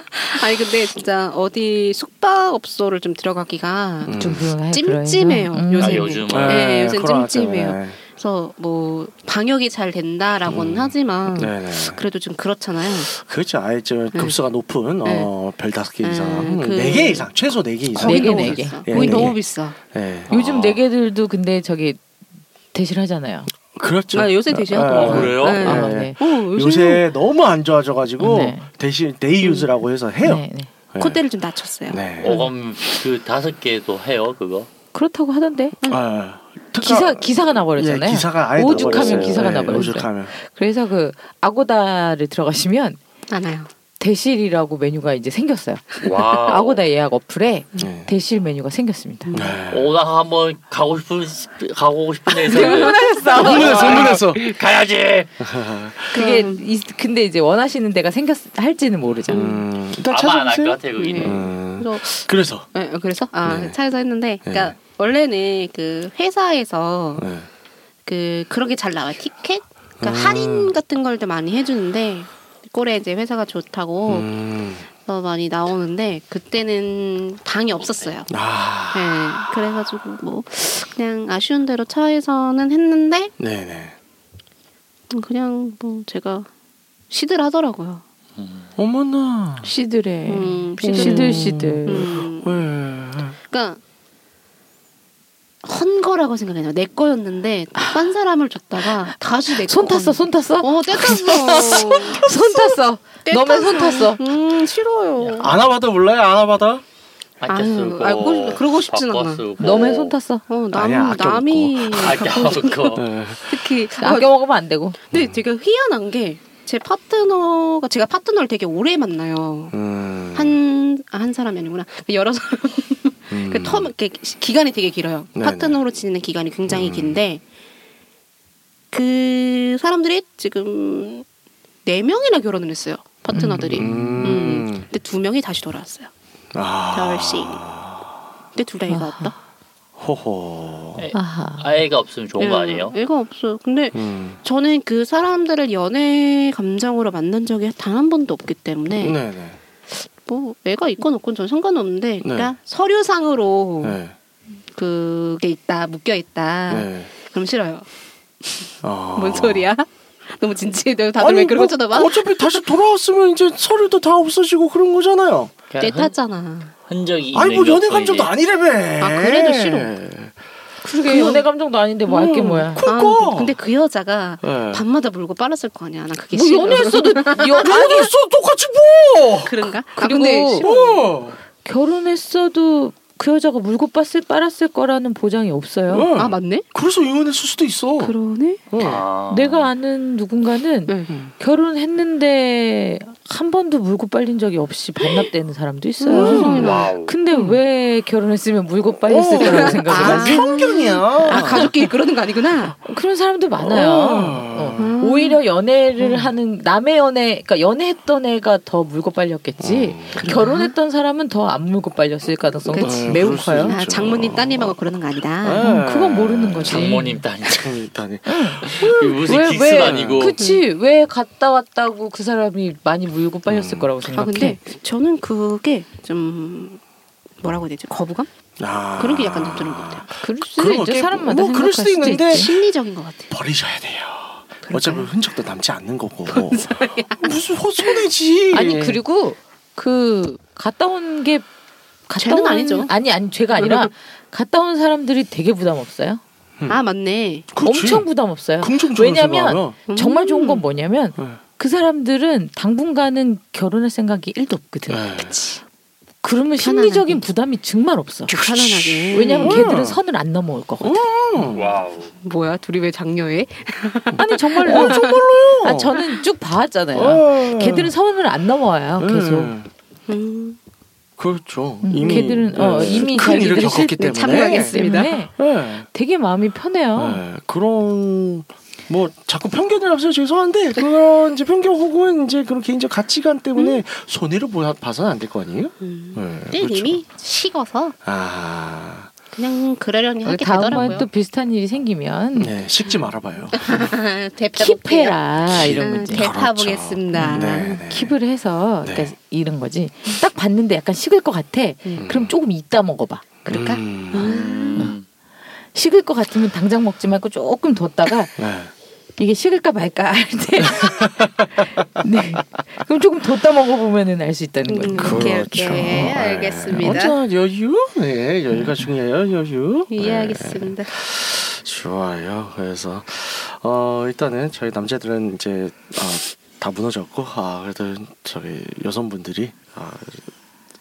아니 근데 진짜 어디 숙박업소를 좀 들어가기가 음. 좀 그런- 찜찜해요 그런- 음. 요새. 아, 예. 요즘은. 네, 요새 코로나 찜찜해요. 때문에. 그래서 뭐 방역이 잘 된다라고는 하지만 네네. 그래도 좀 그렇잖아요. 그렇죠. 아예 저 급수가 높은 어, 별 다섯 개 이상, 네, 그- 네 개 이상, 최소 네 개 이상. 거기 네 개, 너무 네 개. 비싸. 예, 거기 네 개. 너무 비싸. 네. 요즘 네 개들도 근데 저기 대실하잖아요. 그렇죠. 아, 요새 대신하더라고요. 아, 그래요? 네. 아, 네. 네. 어, 요새, 요새 너무 안 좋아져가지고 네. 대신 데이유즈라고 해서 해요. 네, 네. 네. 콧대를 좀 낮췄어요. 네. 오감 그 다섯 개도 해요 그거. 그렇다고 하던데 아, 특가- 기사 기사가 나버렸잖아요. 예, 기사가 아예 오죽하면 나버렸어요. 기사가 예, 나버렸어요. 오죽하면. 그래서 그 아고다를 들어가시면 안아요. 대실이라고 메뉴가 이제 생겼어요. 와. 아고다 예약 어플에 네. 대실 음. 메뉴가 <laughs> 생겼습니다. 오나 한번 가고 싶은 가고 싶은 데 <laughs> 있었는데 흥분했어. 흥분했어, 흥분했어. 가야지. 그게 이- 근데 이제 원하시는 데가 생겼 할지는 모르죠. 음, 일단 아마 안 할 것 찾아보세요. 같아요 거기는. 네. 음, 그래서 그래서 에, 그래서 아 네. 차에서 했는데 그러니까 네. 원래는 그 회사에서 네. 그 그런 게 잘 나와요 티켓 그러니까 음. 할인 같은 걸도 많이 해주는데 꼴에 이제 회사가 좋다고 음, 해서 많이 나오는데 그때는 방이 없었어요. 아, 네, 그래가지고 뭐 그냥 아쉬운 대로 차에서는 했는데 네, 네. 그냥 뭐 제가 시들 하더라고요. 어머나. 시들에 음, 시들 시들. 음, 왜? 그러니까 헌 거라고 생각해요. 내 거였는데 딴 사람을 줬다가 다시 내 손 거. 탔어, 손 탔어, 어, 떼탔어. 손 탔어. <laughs> 너만 손 탔어. 음, 싫어요. 아나바다 몰라요? 아나바다? 어. 아껴 아유, 쓰고. 알고 싶- 그러고 싶진 바꿔 않아. 쓰고. 너만 손 탔어. 어, 남, 아니야, 아껴 남이 아껴 쓰고. 네. 특히 아껴 먹으면 안 되고. 근데 되게 희한한 게 제 파트너가 제가 파트너를 되게 오래 만나요. 음, 한, 아, 한 사람이 아니구나. 여러 사람. 음. 그 텀, 이렇게 기간이 되게 길어요. 네네. 파트너로 지내는 기간이 굉장히 긴데, 그 사람들이 지금 네명이나 결혼을 했어요. 파트너들이. 음. 근데 두명이 다시 돌아왔어요. 아, 결식. 근데 둘 다 애가 없다. 호호. 네. 아하. 아이가 없으면 좋은 거 예, 아니에요? 애가 없어요. 근데 음. 저는 그 사람들을 연애 감정으로 만난 적이 단 한 번도 없기 때문에 네, 네. 뭐 애가 있건 없건 전 상관없는데 그러니까 서류상으로 네. 그게 있다 묶여 있다 네. 그럼 싫어요 아. 아. 뭔 소리야 <laughs> 너무 진지해 너 다들 아니, 왜 그러고 뭐, 쳐다봐 어차피 다시 돌아왔으면 이제 서류도 다 없어지고 그런 거잖아요. 그냥 내 흔- 탔잖아 흔적이 있는 아니 뭐 게 연애 없고 감정도 이제. 아니라며. 예. 아, 그래도 싫어. 그게 연애 감정도 아닌데 뭐 할 게 뭐야. 음, 그니까. 아, 근데 그 여자가 네. 밤마다 물고 빨았을 거 아니야 나 그게 뭐 싫어 연애했어도 연 연애했어 똑같이 뭐. <laughs> 그런가 아, 그리고- 근데 싫어. 어. 결혼했어도 그 여자가 물고 빻을 빨았을 거라는 보장이 없어요. 어. 아 맞네 그래서 이혼했을 수도 있어. 그러네 어. 아. 내가 아는 누군가는 네. 결혼했는데 한 번도 물고 빨린 적이 없이 반납되는 사람도 있어요. 음. 와우. 그 근데 왜 결혼했으면 물고 빨렸을 어. 거라고 생각을 아. 하지? 편견이야. 아 가족끼리 그러는 거 아니구나 그런 사람도 많아요. 어. 음. 어. 오히려 연애를 하는 남의 연애, 그러니까 연애했던 애가 더 물고 빨렸겠지. 어. 음, 결혼했던 사람은 더 안 물고 빨렸을 가능성도 그치. 매우 그럴 수 커요. 아, 장모님 따님하고 그러는 거 아니다 네. 음, 그건 모르는 거지. 장모님 딸이 일단은. <laughs> 무슨 기스가 아니고 그치 왜 갔다 왔다고 그 사람이 많이 물고 빨렸을 음. 거라고 생각해. 아 근데 저는 그게 좀 뭐라고 해야 되지 거부감 아. 그런 게 약간 좀 드는 것 같아요. 그럴 수도 그런 있죠. 어깨- 사람마다 뭐 그럴 생각할 수도 수도 있는데. 있지. 심리적인 것 같아요. 버리셔야 돼요. 그럴까요? 어차피 흔적도 남지 않는 <laughs> 거고. 무슨 헛손해지. 아니 그리고 그 갔다 온 게 갔다 죄는 온 아니죠. 아니 아니 죄가 아니라 갔다 온 사람들이 되게 부담 없어요. 아 맞네. 그렇지. 엄청 부담 없어요. 긍정적으로 왜냐면 생각하면. 정말 좋은 건 음. 뭐냐면 네. 그 사람들은 당분간은 결혼할 생각이 1도 없거든. 네. 그러면 편안하게. 심리적인 부담이 정말 없어. 편안하게. <laughs> 왜냐면 음. 걔들은 선을 안 넘어올 거거든. 예. 와우 뭐야 둘이 왜 장녀에? 아니 정말로. 정말로요. 아 저는 쭉 봐왔잖아요. 어. 걔들은 선을 안 아, 넘어와요. 계속. 네. 음, 그렇죠. 음, 이미 걔들은 어, 네. 이미 큰 일을 자기들이 겪었기 실- 때문에. 참여하겠습니다. 때문에 네. 되게 마음이 어? 편해요. 네. 그런 뭐 자꾸 편견을 앞서 네. 죄송한데 그런 이제 편견 혹은 이제 그런 개인적 가치관 때문에 손해를 보- 봐서는 안 될 거 아니에요? 음. 네, 근데 이미 식어서 아, 그냥 그러려니 하게 다음번에 되더라고요. 또 비슷한 일이 생기면 네, 식지 말아봐요. 음. 대파 킵해라 이런 거지. 음, 대파 그렇죠. 보겠습니다. 음. 네, 네. 킵을 해서 네. 그러니까 이런 거지. 딱 봤는데 약간 식을 것 같아. 그럼 조금 이따 먹어봐. 그럴까? 음, 음. 식을 것 같으면 당장 먹지 말고 조금 뒀다가 네. 이게 식을까 말까 할 <laughs> 때. 네. 그럼 조금 뒀다 먹어보면은 알 수 있다는 거예요. 음, 오케이 그렇죠. 오케이 네. 알겠습니다. 언제나 여유? 네, 여유가 중요해요, 여유. 이해하겠습니다. 네, 좋아요. 그래서, 어, 일단은 저희 남자들은 이제, 어, 다 무너졌고, 아, 그래도 저희 여성분들이, 아,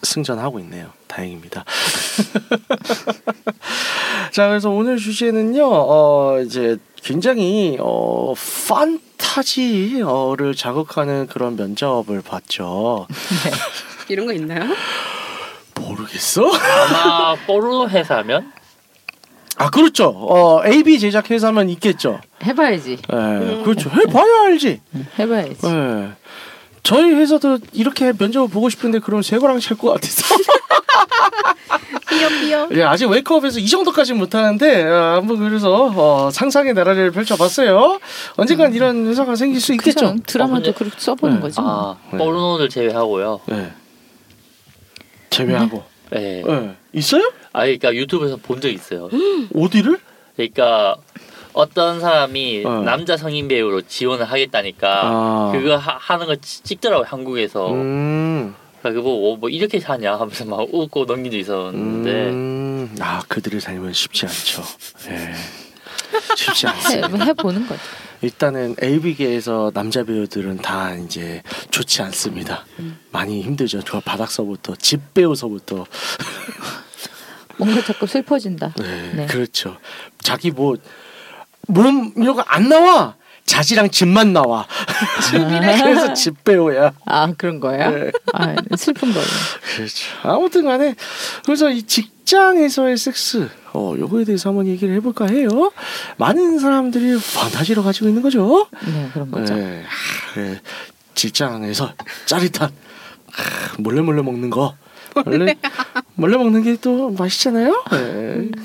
승전하고 있네요. 다행입니다. <laughs> 자, 그래서 오늘 주제는요, 어, 이제 굉장히, 어, 판타 타지어를 자극하는 그런 면접을 봤죠. 이런 거 있나요? 모르겠어? 아마 포르노 회사면 아 그렇죠. 어 AB 제작 회사면 있겠죠. 해봐야지. 예, 그렇죠. 해봐야 알지. 해봐야지. 예. 저희 회사도 이렇게 면접을 보고 싶은데 그럼 새거랑 찰것 같아서. <laughs> 삐요 삐요. 예, 아직 웨이크업에서 이 정도까지는 못하는데 아, 한번 그래서 어, 상상의 나라를 펼쳐봤어요. 언젠간 이런 회사가 생길 수 있겠죠. 그죠? 드라마도 어, 근데- 그렇게 써보는 네. 거지. 뭐. 아 포르노를 제외하고요. 예. 제외하고. 예. 예. 있어요? 아 그러니까 유튜브에서 본 적 있어요. 어디를? 그러니까 어떤 사람이 어. 남자 성인 배우로 지원을 하겠다니까 아. 그거 하, 하는 걸 찍- 찍더라고 한국에서. 음. 그래서 뭐, 뭐 이렇게 사냐 하면서 막 웃고 넘긴 적 있었는데 음. 아 그들의 삶은 쉽지 않죠. 예. 쉽지 <laughs> 해, 않습니다. 해보는 거죠. 일단은 AB계에서 남자 배우들은 다 이제 좋지 않습니다. 많이 힘들죠. 저 바닥서부터 집 배우서부터. 뭔가 자꾸 슬퍼진다. 네, 네. 그렇죠. 자기 뭐 몸 이런 거 안 나와. 자지랑 집만 <laughs> 나와. <laughs> 그래서 집 배우야. 아 그런 거예요? 아, 슬픈 거예요. 그렇죠. 아무튼 간에 그래서 이 직장에서의 섹스 어 요거에 대해서 한번 얘기를 해볼까 해요. 많은 사람들이 판타지로 가지고 있는 거죠. 네 그런 거죠. 네. 아, 네. 직장에서 짜릿한 아, 몰래 몰래 먹는 거. 원래 몰래 먹는 게 또 맛있잖아요. 음. 네.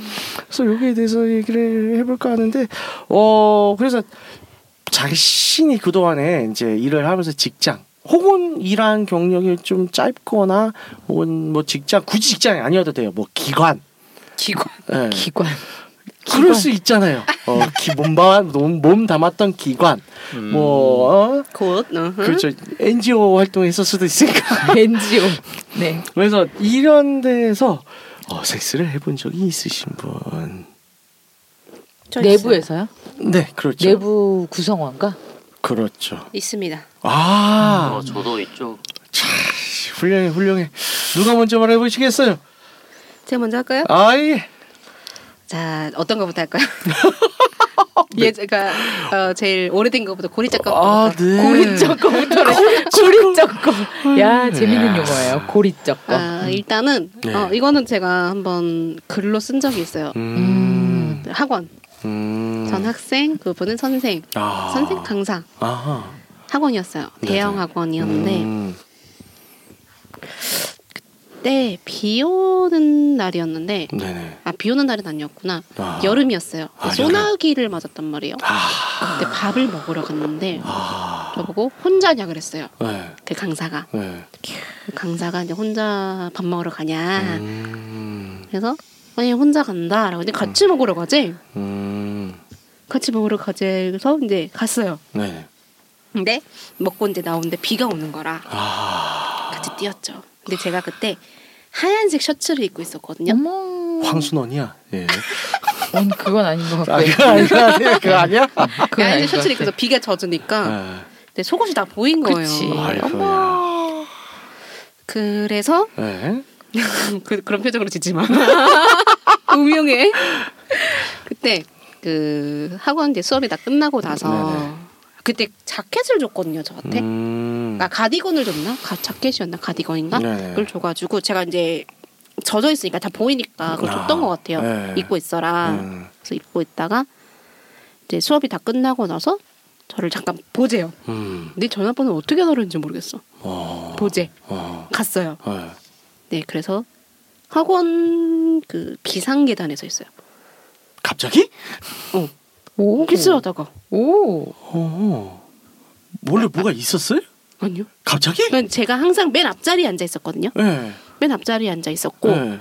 그래서 여기에 대해서 얘기를 해볼까 하는데, 어 그래서 자신이 그 동안에 이제 일을 하면서 직장 혹은 일한 경력이 좀 짧거나 혹은 뭐 직장 굳이 직장이 아니어도 돼요. 뭐 기관. 기관. 예. 네. 기관. <laughs> 그럴 수 있잖아요. 어, 기, 몸, 바- 몸, 몸 담았던 기관, 음. 뭐 어, 곧. 어허. 그렇죠. NGO 활동했을 수도 있으니까. <laughs> NGO. 네. 그래서 이런 데에서 어, 섹스를 해본 적이 있으신 분. 저 내부에서요? 네, 그렇죠. 내부 구성원과 그렇죠. 있습니다. 아, 어, 저도 있죠. 훌륭해, 훌륭해. 누가 먼저 말해보시겠어요? 제가 먼저 할까요? 아이, 자 어떤 <laughs> 거부터 할까요? 예, 제가 어, 제일 오래된 거부터 고리짝 네. 아, 거부터. 네. 고리적 거부터 고리적 거. 야 재밌는 용어예요. 고리적 거. 아, 일단은 네. 어, 이거는 제가 한번 글로 쓴 적이 있어요. 음, 학원 음. 전 학생 그분은 선생 아. 선생 강사 아하. 학원이었어요. 대형 네네. 학원이었는데 음. 그때 비 오는 날이었는데 네네. 아 비 오는 날은 아니었구나 아. 여름이었어요. 아, 소나기를 맞았단 말이에요. 아, 그때 밥을 먹으러 갔는데 아. 저보고 혼자냐 그랬어요. 네, 그 강사가 네. 그 강사가 이제 혼자 밥 먹으러 가냐 음, 그래서 아니 혼자 간다라고 근데 어. 같이 먹으러 가지 음. 같이 먹으러 가지 그래서 이제 갔어요. 네. 근데 먹고 이제 나오는데 비가 오는 거라 아, 같이 뛰었죠. 근데 제가 그때 하얀색 셔츠를 입고 음. 있었거든요. 어머. 황순원이야. 예. 음, 그건 아닌 것 같고. 아, 그거 아니야? 그거 아니야? 그건 아닌 하얀색 것 셔츠를 입고 같아. 서 비가 젖으니까 그러니까. 네. 내 속옷이 다 보인 거예요. 그치. 어, 아이고야. 그래서 네. 그, 그런 <laughs> 표정으로 짓지만 음흉해. 그때 그 학원 이제 수업이 다 끝나고 나서 네네. 그때 자켓을 줬거든요 저한테. 음. 아 가디건을 줬나? 가, 자켓이었나? 가디건인가? 네네. 그걸 줘가지고 제가 이제 젖어 있으니까 다 보이니까 그걸 아, 줬던 것 같아요. 네. 입고 있어라. 음. 그래서 입고 있다가 이제 수업이 다 끝나고 나서 저를 잠깐 보재요. 음. 내 전화번호 어떻게 알았는지 모르겠어. 어. 보재 어. 갔어요. 네. 네, 그래서 학원 그 비상 계단에서 있어요. 갑자기? 오. 키스하다가 오. 어. 아, 원래 뭐가 있었어요? 아니요. 갑자기? 난 제가 항상 맨 앞자리에 앉아 있었거든요. 네. 맨 앞자리에 앉아 있었고 네.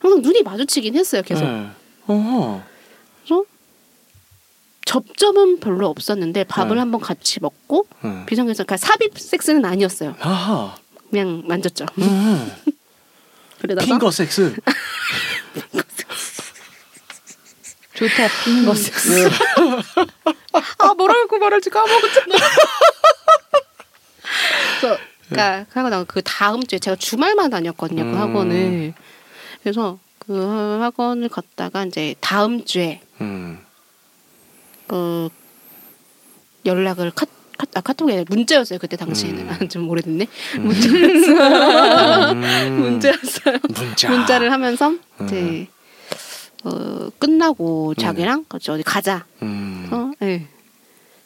항상 눈이 마주치긴 했어요. 계속. 네. 어. 그래서 접점은 별로 없었는데 밥을 네. 한번 같이 먹고 네. 비상계단 그러니까 삽입 섹스는 아니었어요. 아하. 그냥 만졌죠. 음. <laughs> 그러다가 핑거 <laughs> 섹스. 좋다. 핀 것을. 아 뭐라고 말할지 까먹었잖아. 네. <laughs> 그래서 그러니까 하고 나서 그 다음 주에 제가 주말만 다녔거든요 그 음. 학원을. 그래서 그 학원을 갔다가 이제 다음 주에 음. 그 연락을 카, 아 카톡이 아니라 문자였어요 그때 당시에는 음. 아, 좀 오래됐네 음. <laughs> 문자였어요 문자였어요 음. 음. 문자. 문자를 하면서 이제 어, 끝나고 자기랑 같이 어디 가자 음. 어? 네.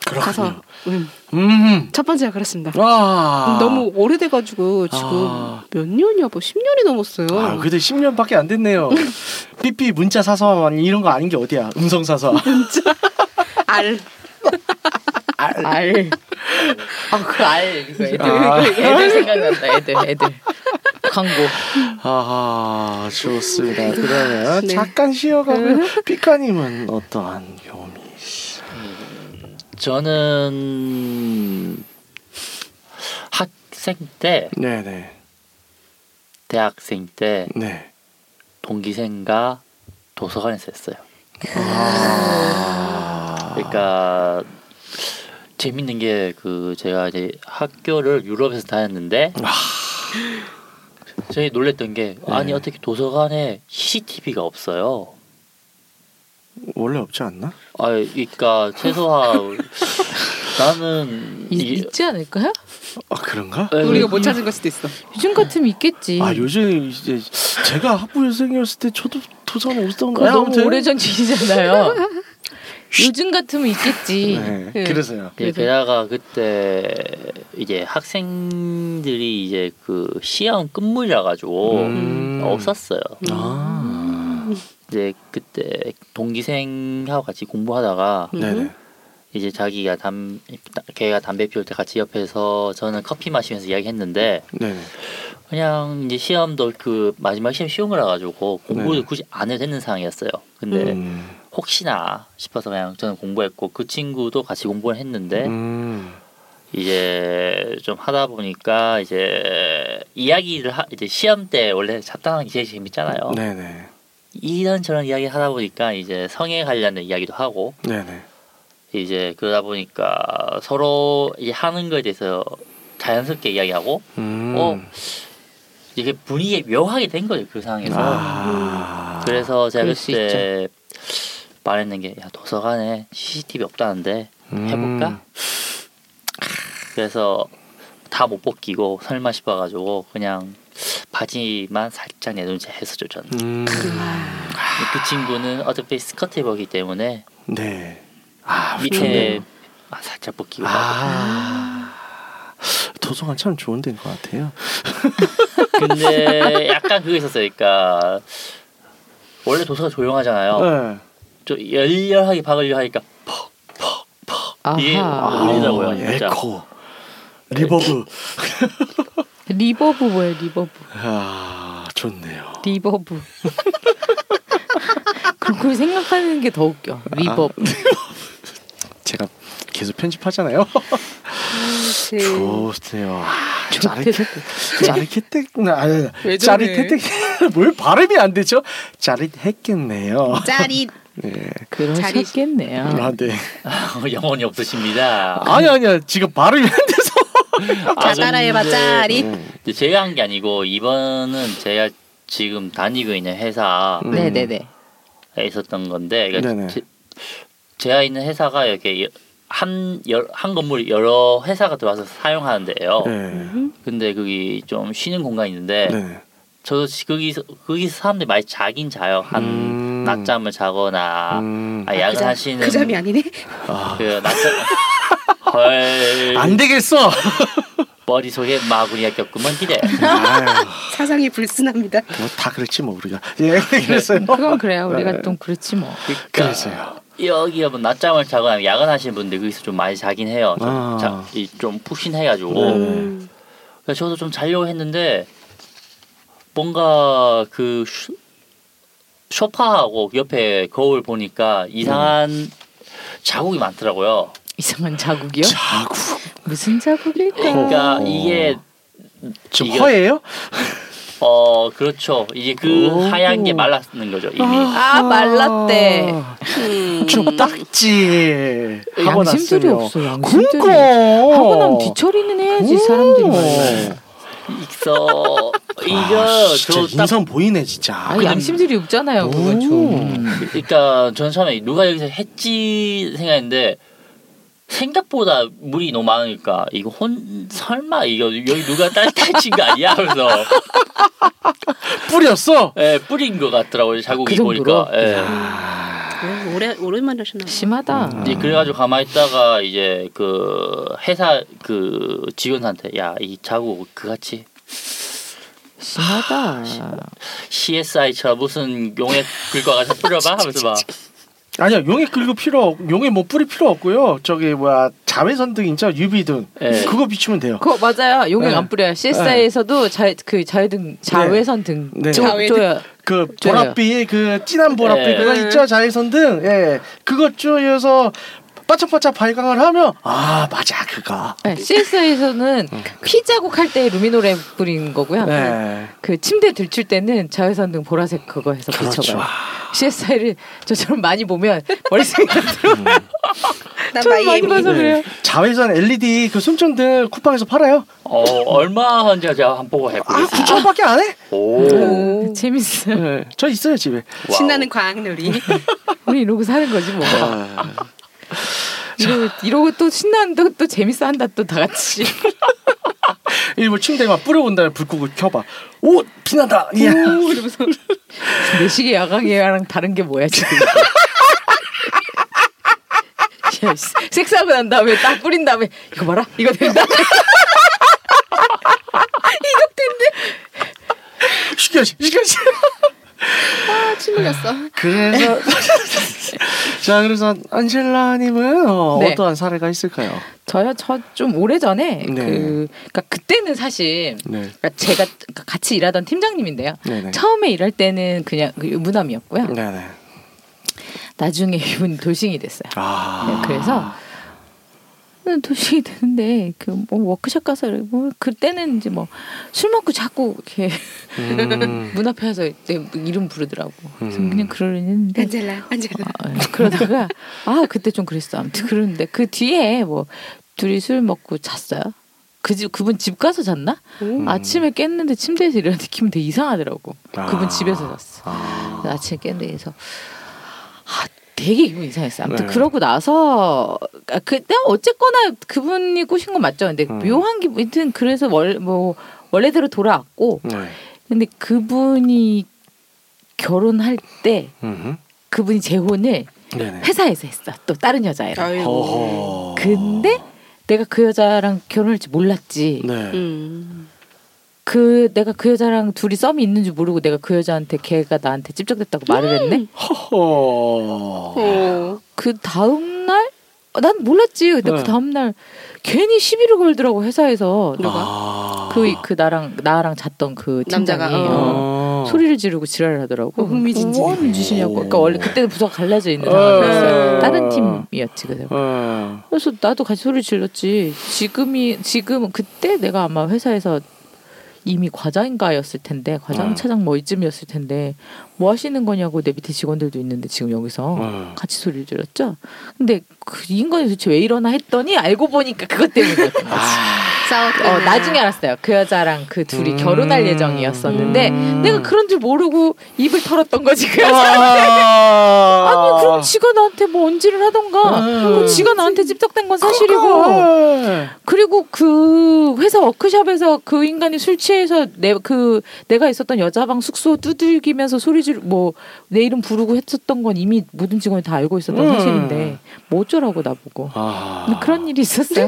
그렇군요. 가서 음. 음. 아. 첫 번째가 그랬습니다 와. 너무 오래돼가지고 지금 아. 몇 년이야 뭐 10년이 넘었어요 아, 음. 그래도 10년밖에 <laughs> 안 됐네요. 삐삐 문자 사서 이런 거 아닌 게 어디야? 음성 사서. 알 알. 아, 그 알. 이거 애들, 아. 이거 <laughs> 애들 생각난다, 애들, 애들. 광고. 아하, 좋습니다. 그러면 네. 잠깐 쉬어가고요. 음. 피카님은 어떠한 경험이? 저는 학생 때 네네. 대학생 때 네. 동기생과 도서관에서 했어요. 음. 아. 그러니까 재밌는 게 그 제가 이제 학교를 유럽에서 다녔는데 저희 놀랬던 게 아니 네. 어떻게 도서관에 CCTV가 없어요. 원래 없지 않나? 아, 그러니까 최소한 나는 있, 이- 음. 있지 않을까요? 아, 그런가? 에, 우리가 못 찾은 걸 수도 있어. 요즘 같으면 음. 있겠지. 아, 요즘 이제 제가 학부생이었을 때 저도 도서관에 없었던 그거 거야. 너무 오래전 일이잖아요. 요즘 같으면 있겠지. 네. 그래서요. 음. 예, 게다가 그때 이제 학생들이 이제 그 시험 끝물이라 가지고 음. 없었어요. 아. 이제 그때 동기생하고 같이 공부하다가 음. 네네. 이제 자기가 담 걔가 담배 피울 때 같이 옆에서 저는 커피 마시면서 이야기했는데 네네. 그냥 이제 시험도 그 마지막 시험 쉬운 거라 가지고 공부를 네. 굳이 안 해도 되는 상황이었어요. 네. 근데 음. 혹시나 싶어서 그냥 저는 공부했고 그 친구도 같이 공부를 했는데 음. 이제 좀 하다 보니까 이제 이야기를 하, 이제 시험 때 원래 잡담하는 게 제일 재밌잖아요. 네네. 이런저런 이야기 하다 보니까 이제 성에 관련된 이야기도 하고 네네. 이제 그러다 보니까 서로 이 하는 거에 대해서 자연스럽게 이야기하고 음. 어 이게 분위기가 묘하게 된 거예요 그 상황에서 아. 그래서 제가 그럴 수 그때 말했는 게 야 도서관에 CCTV 없다는데 해볼까 음. 그래서 다 못 벗기고 설마 싶어가지고 그냥 바지만 살짝 내놓은 채 했었죠 저는 음. 아. 그 친구는 어차피 스커트 입었기 때문에 네. 아, 밑에 좋네요. 아, 살짝 벗기고 아. 도서관 참 좋은 데인 것 같아요. <laughs> 근데 약간 그거 있었어요. 그러니까 원래 도서가 조용하잖아요. 네. 좀 열렬하게 박으려 하니까 <laughs> 아하. 이게 울리더라고요. 진짜. 에코. 리버브. 리버브 뭐예요? 리버브. 아, 좋네요. 리버브. 그걸 생각하는 게 더 웃겨. 리버브. 제가 계속 편집하잖아요. 네. 좋네요. 아, 좋대. 짜릿, 짜릿했겠네. 아, 왜 저래? 짜릿했겠. <laughs> 뭘 발음이 안 되죠? 짜릿했겠네요. 짜릿 네. 자리- 그러셨겠네요. 아, 네. 영혼이 없으십니다. 아니 아니야. 지금 발음이 안 돼서. 자 따라해봐 짜릿 근데 제가 한 게 아니고 이번은 제가 지금 다니고 있는 회사에 음. 네네네. 있었던 건데 네네. 그러니까 제, 제가 있는 회사가 이렇게 한한 한 건물 여러 회사가 들어와서 사용하는데요. 네. 근데 거기 좀 쉬는 공간이 있는데 네. 저도 지- 거기서 거기서 사람들이 많이 자긴 자요. 한 음. 낮잠을 자거나 음. 아, 야근하시는 그 잠이 아니네 그 낮잠 헐 안 되겠어. 머릿속에 마구니가 꼈구먼 기대. <laughs> 아유, 사상이 불순합니다 뭐다 그렇지 뭐 우리가. 예, 그랬어요. 그건 그래요. 우리가 좀 그렇지 뭐. 그랬어요. 여기 여러분 낮잠을 자거나 야근하시는 분들 거기서 좀 많이 자긴 해요. 좀, 아. 자, 이- 좀 푹신해가지고 네. 음. 그래서 저도 그러니까 좀 자려고 했는데 뭔가 그 쇼- 소파하고 옆에 거울 보니까 이상한 자국이 많더라고요. 이상한 자국이요? 자국. 무슨 자국일까? 그러니까 어. 이게 좀 이게- 허예요? 어 그렇죠. 이제 그 오. 하얀 게 말랐는 거죠 이미. 아 말랐대. 좀 딱지. 하고 그러니까. 양심들이 났어요. 없어. 양심들이. 뭐. 그니까. 그러니까. 하고 나면 뒤처리는 해야지 사람들이. 뭐. 말이야. 있어. <laughs> 이거 아, 진짜 저 딱. 인성 보이네 진짜. 음. 아, 양심들이 없잖아요. 오. 그거 좀. 그러니까 저는 처음에 누가 여기서 했지 생각했는데 생각보다 물이 너무 많으니까 이거 혼 설마 이거 여기 누가 딸 탈친 거 아니야? 그래서 뿌렸어. 예, 뿌린 것 같더라고요. 자국이 그 정도로? 보니까. 예. 오, 오래 오랜만에 하셨나 봐요. 심하다. 이제 그래가지고 가만히 있다가 이제 그 회사 그 직원한테 야 이 자국 그같이 심하다. CSI처럼 무슨 용액 긁어 가지고 뿌려봐 하면서 막 아니야 용에 긁을 필요 없- 용에 뭐 뿌릴 필요 없고요. 저기 뭐야 자외선 등 있죠 유비등 예. 그거 비추면 돼요. 그거 맞아요. 용액 네. 안 뿌려요. CSI에서도 자그 자외등 자외선 등 네. 조- 자외등. 조여. 그 저요. 네. 보랏빛 그 진한 보랏빛 예. 그거 있죠 자외선 등예 그것 쪼여서 바짝바짝 발광을 하면 아 맞아 그거. 네, CSI에서는 피 자국 할 때 루미노레 뿌린 거고요. 음. 네. 그 침대 들칠 때는 자외선 등 보라색 그거 해서 그렇죠. 비춰봐요. CSI를 저처럼 많이 보면 머릿속에 안 음. 들어와요. 나 처음 많이 마이애미. 봐서 그래요. 자외선 LED 그 숨전등 쿠팡에서 팔아요. 어 얼마 한지 제가 한번 보고 네. 아 해보겠습니다. 9천원밖에 안 해? 오. 오, 음. 재밌어요. 네, 저 있어요 집에. 신나는 과학놀이. 우리 이러고 사는 거지 뭐. 어. 이러고, 이러고 또 신난다 또 재밌어 한다 또 다 같이. 일부 침대에 막 뿌려본 다음에 불 끄고 켜봐. 오 빛난다. 예. 이야. <laughs> 내식의 야광이랑 다른 게 뭐야 지금? <laughs> 야, 씨, 섹스하고 난 다음에 딱 뿌린 다음에 이거 봐라 이거 된다. <laughs> 시켜시 시켜시. 아, 침흘렸어. 그래서 <laughs> 자 그래서 안젤라님은 어, 네. 어떠한 사례가 있을까요? 저요 저 좀 오래 전에 네. 그 그러니까 그때는 사실 네. 그러니까 제가 그러니까 같이 일하던 팀장님인데요. 네네. 처음에 일할 때는 그냥 그 유부남이었고요. 네네. 나중에 <laughs> 이분 돌싱이 됐어요. 아. 네, 그래서 저는 도시이 되는데 그 뭐 워크숍 가서 이렇게 뭐 그때는 이제 뭐 술 먹고 자꾸 이렇게 <laughs> 음. 문 앞에 와서 내 이름 부르더라고. 그래서 음. 그냥 그러는데 <laughs> 안젤라, 안젤라. 아, 그러다가 아 그때 좀 그랬어. 아무튼 그런데 그 뒤에 뭐 둘이 술 먹고 잤어요. 그집 그분 집 가서 잤나? 아침에 깼는데 침대에서 일어나 기분 되게 이상하더라고. 아. <laughs> 그분 집에서 잤어. 아. 그래서 아침에 깼는데 그래서 아 되게 기분 이상했어. 아무튼 네. 그러고 나서 아, 그때 어쨌거나 그분이 꼬신 건 맞죠. 근데 음. 묘한 기분. 아무튼 그래서 월, 뭐 원래대로 돌아왔고 네. 근데 그분이 결혼할 때 음흠. 그분이 재혼을 네네. 회사에서 했어. 또 다른 여자애랑. 아이고. 허허. 근데 내가 그 여자랑 결혼할지 몰랐지. 네. 음. 그 내가 그 여자랑 둘이 썸이 있는 줄 모르고 내가 그 여자한테 걔가 나한테 찝쩍댔다고 말을 했네. 어. 허허. 오. 그 다음 날. 어, 난 몰랐지. 근데 네. 그 다음 날 괜히 시비를 걸더라고 회사에서 누가? 아. 그 그 나랑 나랑 잤던 그 남자가, 팀장이 어. 어. 소리를 지르고 지랄을 하더라고. 어, 흥미진진해. 뭐 하는 짓이냐고. 그러니까 오. 원래 그때는 부서가 갈라져 있는 어. 상황이었어요. 네. 다른 팀이었지 그래서. 어. 그래서 나도 같이 소리 질렀지. 지금이 지금 그때 내가 아마 회사에서 이미 과장인가였을 텐데 과장 음. 차장 뭐 이쯤이었을 텐데 뭐 하시는 거냐고 내 밑에 직원들도 있는데 지금 여기서 음. 같이 소리를 질렀죠. 근데 그 인간이 도대체 왜 이러나 했더니 알고 보니까 그것 때문이었던 거지. 싸웠구나. 어, 나중에 알았어요. 그 여자랑 그 둘이 음. 결혼할 예정이었었는데 내가 그런 줄 모르고 입을 털었던 거지 아. 그 여자. 아니 그럼 지가 나한테 뭐 언질을 하던가 음. 뭐 지가 나한테 찝쩍댄 건 사실이고 그리고 그 회사 워크숍에서 그 인간이 술 취해서 내 그 내가 있었던 여자방 숙소 두들기면서 소리 지르 뭐내 이름 부르고 했었던 건 이미 모든 직원이 다 알고 있었던 음. 사실인데 뭐 어쩌라고 나보고 아. 근데 그런 일이 있었어요.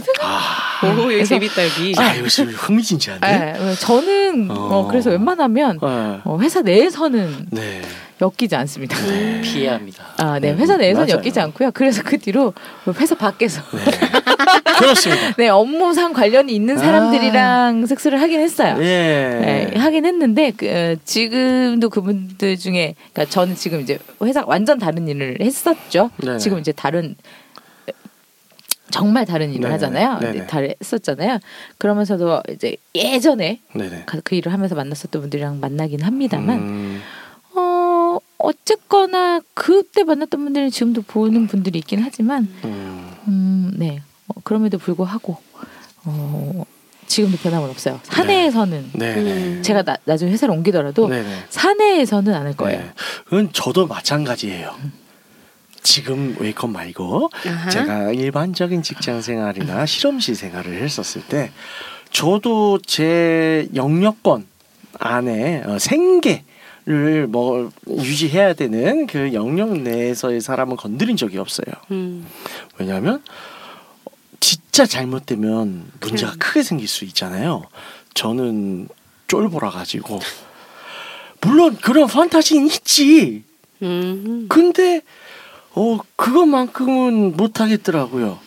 네. 오, 여기 그래서- 재밌다 여기. 아, 이거 지금 흥미진진한데. 예, 예. 저는 어, 어. 그래서 웬만하면 예. 어, 회사 내에서는 네. 엮이지 않습니다. 피해야 합니다. 아, 네, 회사 내에서는 맞아요. 엮이지 않고요. 그래서 그 뒤로 회사 밖에서 <laughs> 네. 그렇습니다. 네 업무상 관련이 있는 사람들이랑 섹스를 하긴 했어요. 예. 네, 하긴 했는데 그, 어, 지금도 그분들 중에 그러니까 저는 지금 이제 회사 완전 다른 일을 했었죠. 네네. 지금 이제 다른 정말 다른 일을 네네네. 하잖아요. 네네. 네, 다 했었잖아요. 그러면서도 이제 예전에 네네. 가- 그 일을 하면서 만났었던 분들이랑 만나긴 합니다만 음. 어 어쨌거나 그때 만났던 분들은 지금도 보는 분들이 있긴 하지만 음. 음, 네 어, 그럼에도 불구하고 어, 지금도 변함은 없어요. 네. 사내에서는 음. 네네. 제가 나, 나중에 회사를 옮기더라도 네네. 사내에서는 안 할 거예요. 네. 그건 저도 마찬가지예요. 지금 웨이컴 말고 아하. 제가 일반적인 직장 생활이나 실험실 생활을 했었을 때 저도 제 영역권 안에 어, 생계 를뭐 유지해야 되는 그 영역 내에서의 사람은 건드린 적이 없어요. 음. 왜냐하면 진짜 잘못되면 문제가 크게 생길 수 있잖아요. 저는 쫄보라 가지고 물론 그런 판타지는 있지. 음. 근데 어 그것만큼은 못 하겠더라고요.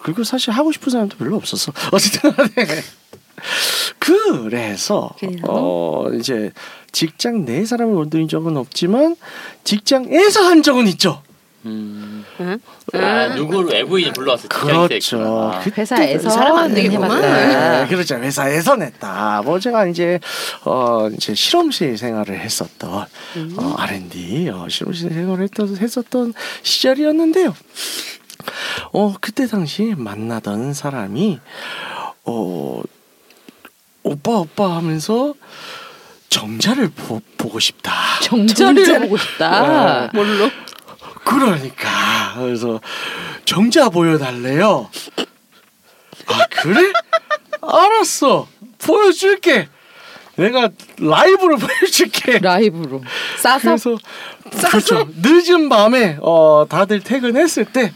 그리고 사실 하고 싶은 사람도 별로 <laughs> 없었어. 어쨌든 간에. 그래서 그래서? 어 이제 직장 내 사람을 건드린 적은 없지만 직장에서 한 적은 있죠. 음. 응? 아 누구를 외부인을 불러왔을 때 그렇죠. 아, 그때 회사에서 사람 안 되겠구만. 해봤다. 네, 그렇죠. 회사에서 냈다. 뭐 제가 이제 어 이제 실험실 생활을 했었던 음. 어, R&D 어, 실험실 생활을 했던 했었던 시절이었는데요. 어 그때 당시 만나던 사람이 어 오빠 오빠 하면서 정자를 보, 보고 싶다. 정자를 보고 어. 싶다. 뭘로? 그러니까 그래서 정자 보여달래요. 아 그래? 알았어. 보여줄게. 내가 라이브로 <laughs> 보여줄게. 라이브로 싸서 그래서 그렇죠. 늦은 밤에 어 다들 퇴근했을 때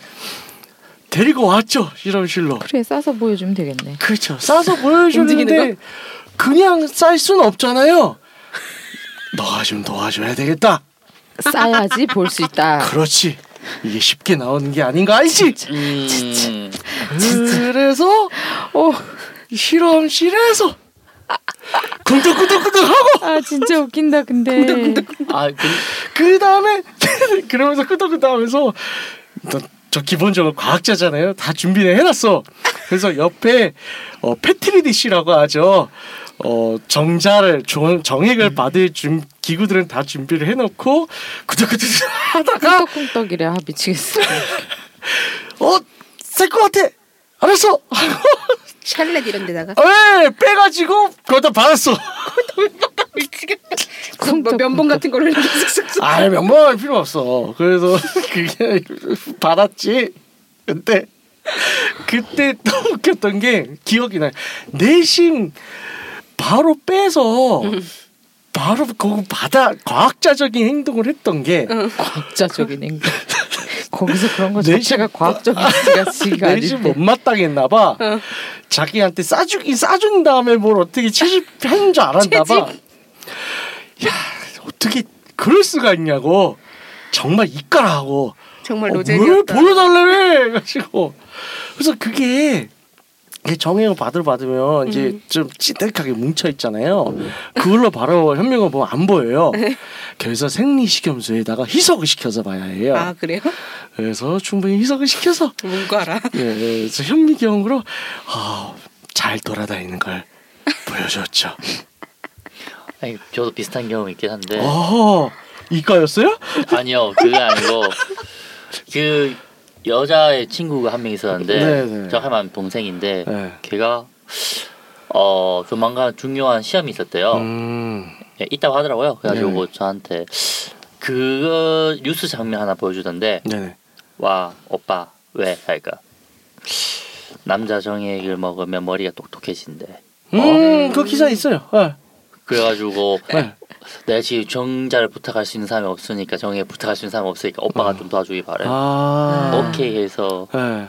데리고 왔죠 실험실로. 그래 싸서 보여주면 되겠네. 그렇죠. 싸서 보여주는데 움직이는 그냥 쌀 수는 없잖아요. 너가 좀 도와줘야 되겠다. 싸야지 볼 수 <laughs> 있다. 그렇지. 이게 쉽게 나오는 게 아닌 거 알지? 음, 그래서 어, 실험실에서 쿵덕쿵덕쿵덕 하고 아 진짜 웃긴다. 근데 아 그, 그 다음에 <laughs> 그러면서 쿵덕쿵덕 하면서 너- 저 기본적으로 과학자잖아요. 다 준비를 해놨어. 그래서 옆에 어, 패트리디 씨라고 하죠. 어, 정자를 정, 정액을 받을 준 기구들은 다 준비를 해놓고 그득그득 하다가 쿵떡쿵떡이래. 아 <laughs> 미치겠어. 어, 어살것 같아. 알았어. 샬렛 이런 데다가 왜 빼가지고 그것도 받았어. 무슨 뭐 면봉 같은 거를 이렇게 쓱쓱쓱 아이 명망할 필요 없어. 그래서 <laughs> 그게 받았지. 근데 그때 너무 <laughs> 웃겼던 게 기억이 나요. 내심 바로 빼서 바로 그거 받아 과학자적인 행동을 했던 게 <laughs> 과학자적인 행동. 거기서 그런 거 내심- 자체가 <laughs> 과학적인 지가 내심 뭐. 아닌데. 못마땅했나 봐. 자기한테 싸주긴 싸준 다음에 뭘 어떻게 채집하는 줄 알았나 봐. 야 어떻게 그럴 수가 있냐고. 정말 이까라 하고 정말 어, 뭘 노잼이었다. 보여달래 가지고 그래서 그게 이게 정액을 받으러 받으면 이제 음. 좀 찌득하게 뭉쳐 있잖아요. 그걸로 바로 현미경 보면 안 보여요. 네. 그래서 생리식염수에다가 희석을 시켜서 봐야 해요. 아 그래요? 그래서 충분히 희석을 시켜서 문과라. 예, 그래서 현미경으로 아, 잘 돌아다니는 걸 보여줬죠. 아니, 저도 비슷한 경험이 있긴 한데 어, 이과였어요? 아니요 그게 아니고 그 여자의 친구가 한 네, 명 네. 있었는데 저 할머니 동생인데 네. 걔가 어 조만간 중요한 시험이 있었대요. 음, 예, 있다고 하더라고요. 그래가지고 네. 저한테 그 뉴스 장면 하나 보여주던데 네네. 와 오빠 왜 그러니까 남자 정액을 먹으면 머리가 똑똑해진대. 음, 그 기사 있어요. 예. 그래가지고 <laughs> 네. 내가 지금 정자를 부탁할 수 있는 사람이 없으니까 정액 부탁할 수 있는 사람이 없으니까 오빠가 음. 좀 도와주기 바래. 아, 오케이 해서 예.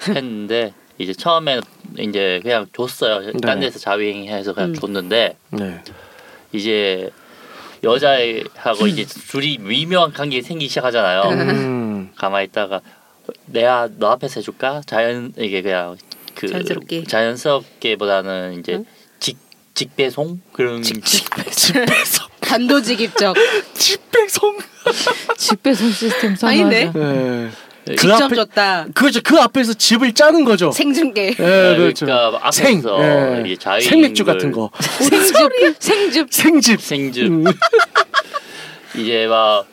했는데 이제 처음에 이제 그냥 줬어요. 딴 네. 데서 자위행해서 그냥 줬는데 네. 이제 여자하고 이제 둘이 미묘한 관계가 생기기 시작하잖아요. 음. 가만히 있다가 내가 너 앞에서 해줄까? 자연 이게 그냥 그 자연스럽게. 자연스럽게보다는 이제 직 직배송 그런 집배송. <laughs> 단도직입적. 집배송. 집배송 시스템 아닌데? 선호하자. 예. 그 직접 앞에 줬다. 그렇죠. 그 앞에서 집을 짜는 거죠. <laughs> 생중계. <laughs> 예, 아, 그렇죠. 그러니까 앞에서 생, 예. 이제 자유인 생맥주 걸- 같은 거. 생즙 생즙 생집. 생즙 음. 이제 막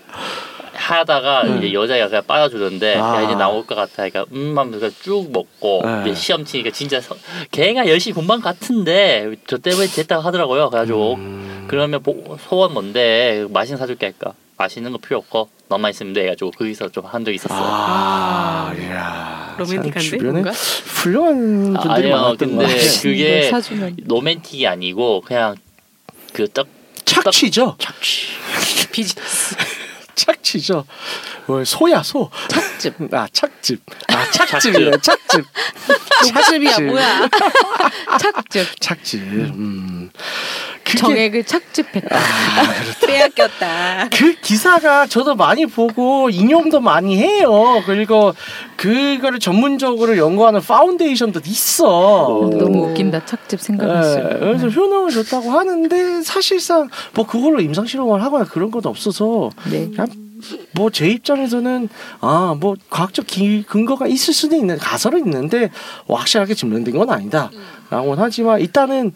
하다가 이제 여자애가 그냥 빠져주던데 네. 아. 야 이제 나올 것 같아 그러니까 음 하면서 그냥 쭉 먹고 네. 이제 시험 치니까 진짜 서, 걔가 열심히 공부한 것 같은데 음. 저 때문에 됐다고 하더라고요 그래가지고 그러면 보- 소원 뭔데 맛있는 거 사줄게 할까 맛있는 거 필요 없고 너만 있으면 돼 해가지고 그 거기서 좀 한 적 있었어요. 아, 이야. 로맨틱한데, 참 주변에 뭔가? 훌륭한 아, 분들이 아니요, 많았던 것 근데 같아요. 그게 네. 사주면 로맨틱이 아니고 그냥 그떡 착취죠. 비즈니스. 착취죠. 뭐 소야 소. 착즙. <laughs> 아 착즙. 아 착즙이래. 착즙. 녹즙이야 뭐야? 착즙. 착즙. 음. 그게 정액을 착즙했다. 빼앗겼다. 그 기사가 저도 많이 보고 인용도 많이 해요. 그리고 그거를 전문적으로 연구하는 파운데이션도 있어. 너무 웃긴다. 착즙 예, 생각했을 네. 그래서 효능을 줬다고 하는데 사실상 뭐 그걸로 임상 실험을 하거나 그런 것도 없어서 네. 뭐 제 입장에서는 아 뭐 과학적 기- 근거가 있을 수는 있는 가설은 있는데 뭐 확실하게 증명된 건 아니다라고는 하지만 일단은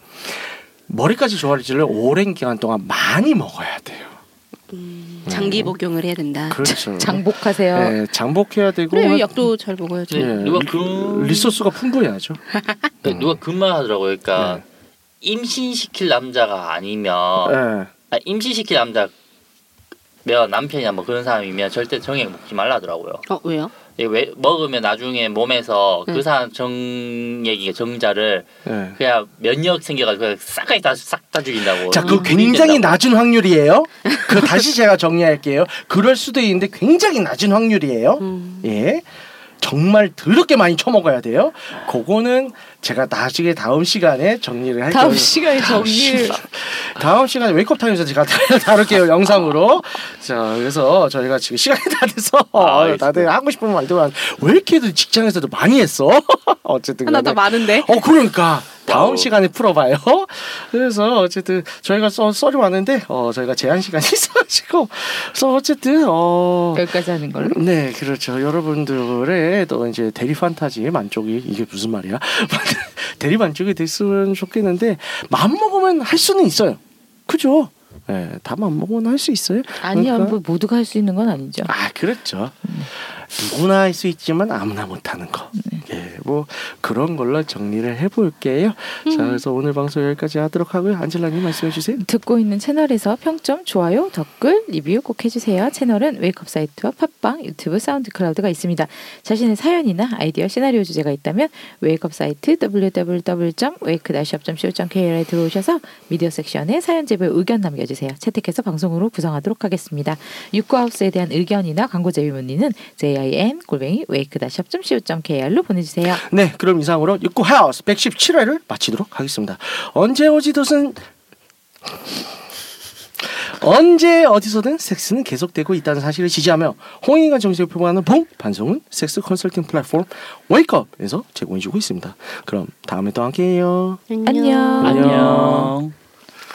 머리까지 조화를지려 오랜 기간 동안 많이 먹어야 돼요. 장기 복용을 해야 된다. 그렇죠. 장복하세요. 예, 장복해야 되고 그래 한- 왜 약도 잘 먹어야지. 네, 예, 누가 리- 그- 리소스가 풍부해야죠. 음. 그 누가 그 말 하더라고요. 그러니까 네. 임신시킬 남자가 아니면 예. 아, 임신시킬 남자 면 남편이나 뭐 그런 사람이면 절대 정액 먹지 말라더라고요. 어 왜요? 이게 왜 먹으면 나중에 몸에서 음. 그 사람 정액이 정자를 예. 그냥 면역 생겨가지고 그냥 싹까지 다싹 다 죽인다고. 어, 음. 그러니까 자, 그 분리된다고. 굉장히 낮은 확률이에요. 그 다시 제가 정리할게요. 그럴 수도 있는데 굉장히 낮은 확률이에요. 음. 예. 정말 더럽게 많이 처먹어야 돼요. 그거는 제가 나중에 다음 시간에 정리를 할게요. 다음 시간에 정리를 아, 다음 시간에 웨이크업 타임에서 제가 다룰게요 <laughs> 영상으로. 자 그래서 저희가 지금 시간이 다 돼서 아, 알겠습니다. 다들 하고 싶은 말도 많. 왜 이렇게도 직장에서도 많이 했어? <laughs> 어쨌든 아, 하나 더 간에. 많은데. 어 그러니까 다음 와우. 시간에 풀어봐요. <laughs> 그래서 어쨌든 저희가 써 썰이 왔는데 어 저희가 제한 시간이 <laughs> 있어가지고 그래서 어쨌든 어 여기까지 하는 걸로. 네, 그렇죠. 여러분들의 또 이제 대리 판타지의 만족이 이게 무슨 말이야? <laughs> 대리 만족이 됐으면 좋겠는데 마음 먹으면 할 수는 있어요. 그죠? 예, 다 마음 먹으면 할 수 있어요. 아니요, 그러니까- 뭐 모두가 할 수 있는 건 아니죠. 아, 그렇죠. 누구나 할 수 있지만 아무나 못 하는 거. 네. 예, 뭐 그런 걸로 정리를 해 볼게요. 자, 음. 그래서 오늘 방송 여기까지 하도록 하고요. 안젤라 님 말씀해 주세요. 듣고 있는 채널에서 평점, 좋아요, 댓글, 리뷰 꼭 해주세요. 채널은 웨이크업 사이트와 팟빵, 유튜브, 사운드 클라우드가 있습니다. 자신의 사연이나 아이디어, 시나리오 주제가 있다면 웨이크업 사이트 www.wake-up.co.kr에 들어오셔서 미디어 섹션에 사연 제보 의견 남겨주세요. 채택해서 방송으로 구성하도록 하겠습니다. 육구하우스에 대한 의견이나 광고 제휴 문의는 jim-wake-up.co.kr로 보내주세요. 네, 그럼 이상으로 육구 하우스 117회를 마치도록 하겠습니다. 언제 어디서든 언제 어디서든 섹스는 계속되고 있다는 사실을 지지하며 홍익이가 정신을 표방하는 봉 반성은 섹스 컨설팅 플랫폼 웨이크업에서 제공해주고 있습니다. 그럼 다음에 또 함께해요. 안녕. 안녕.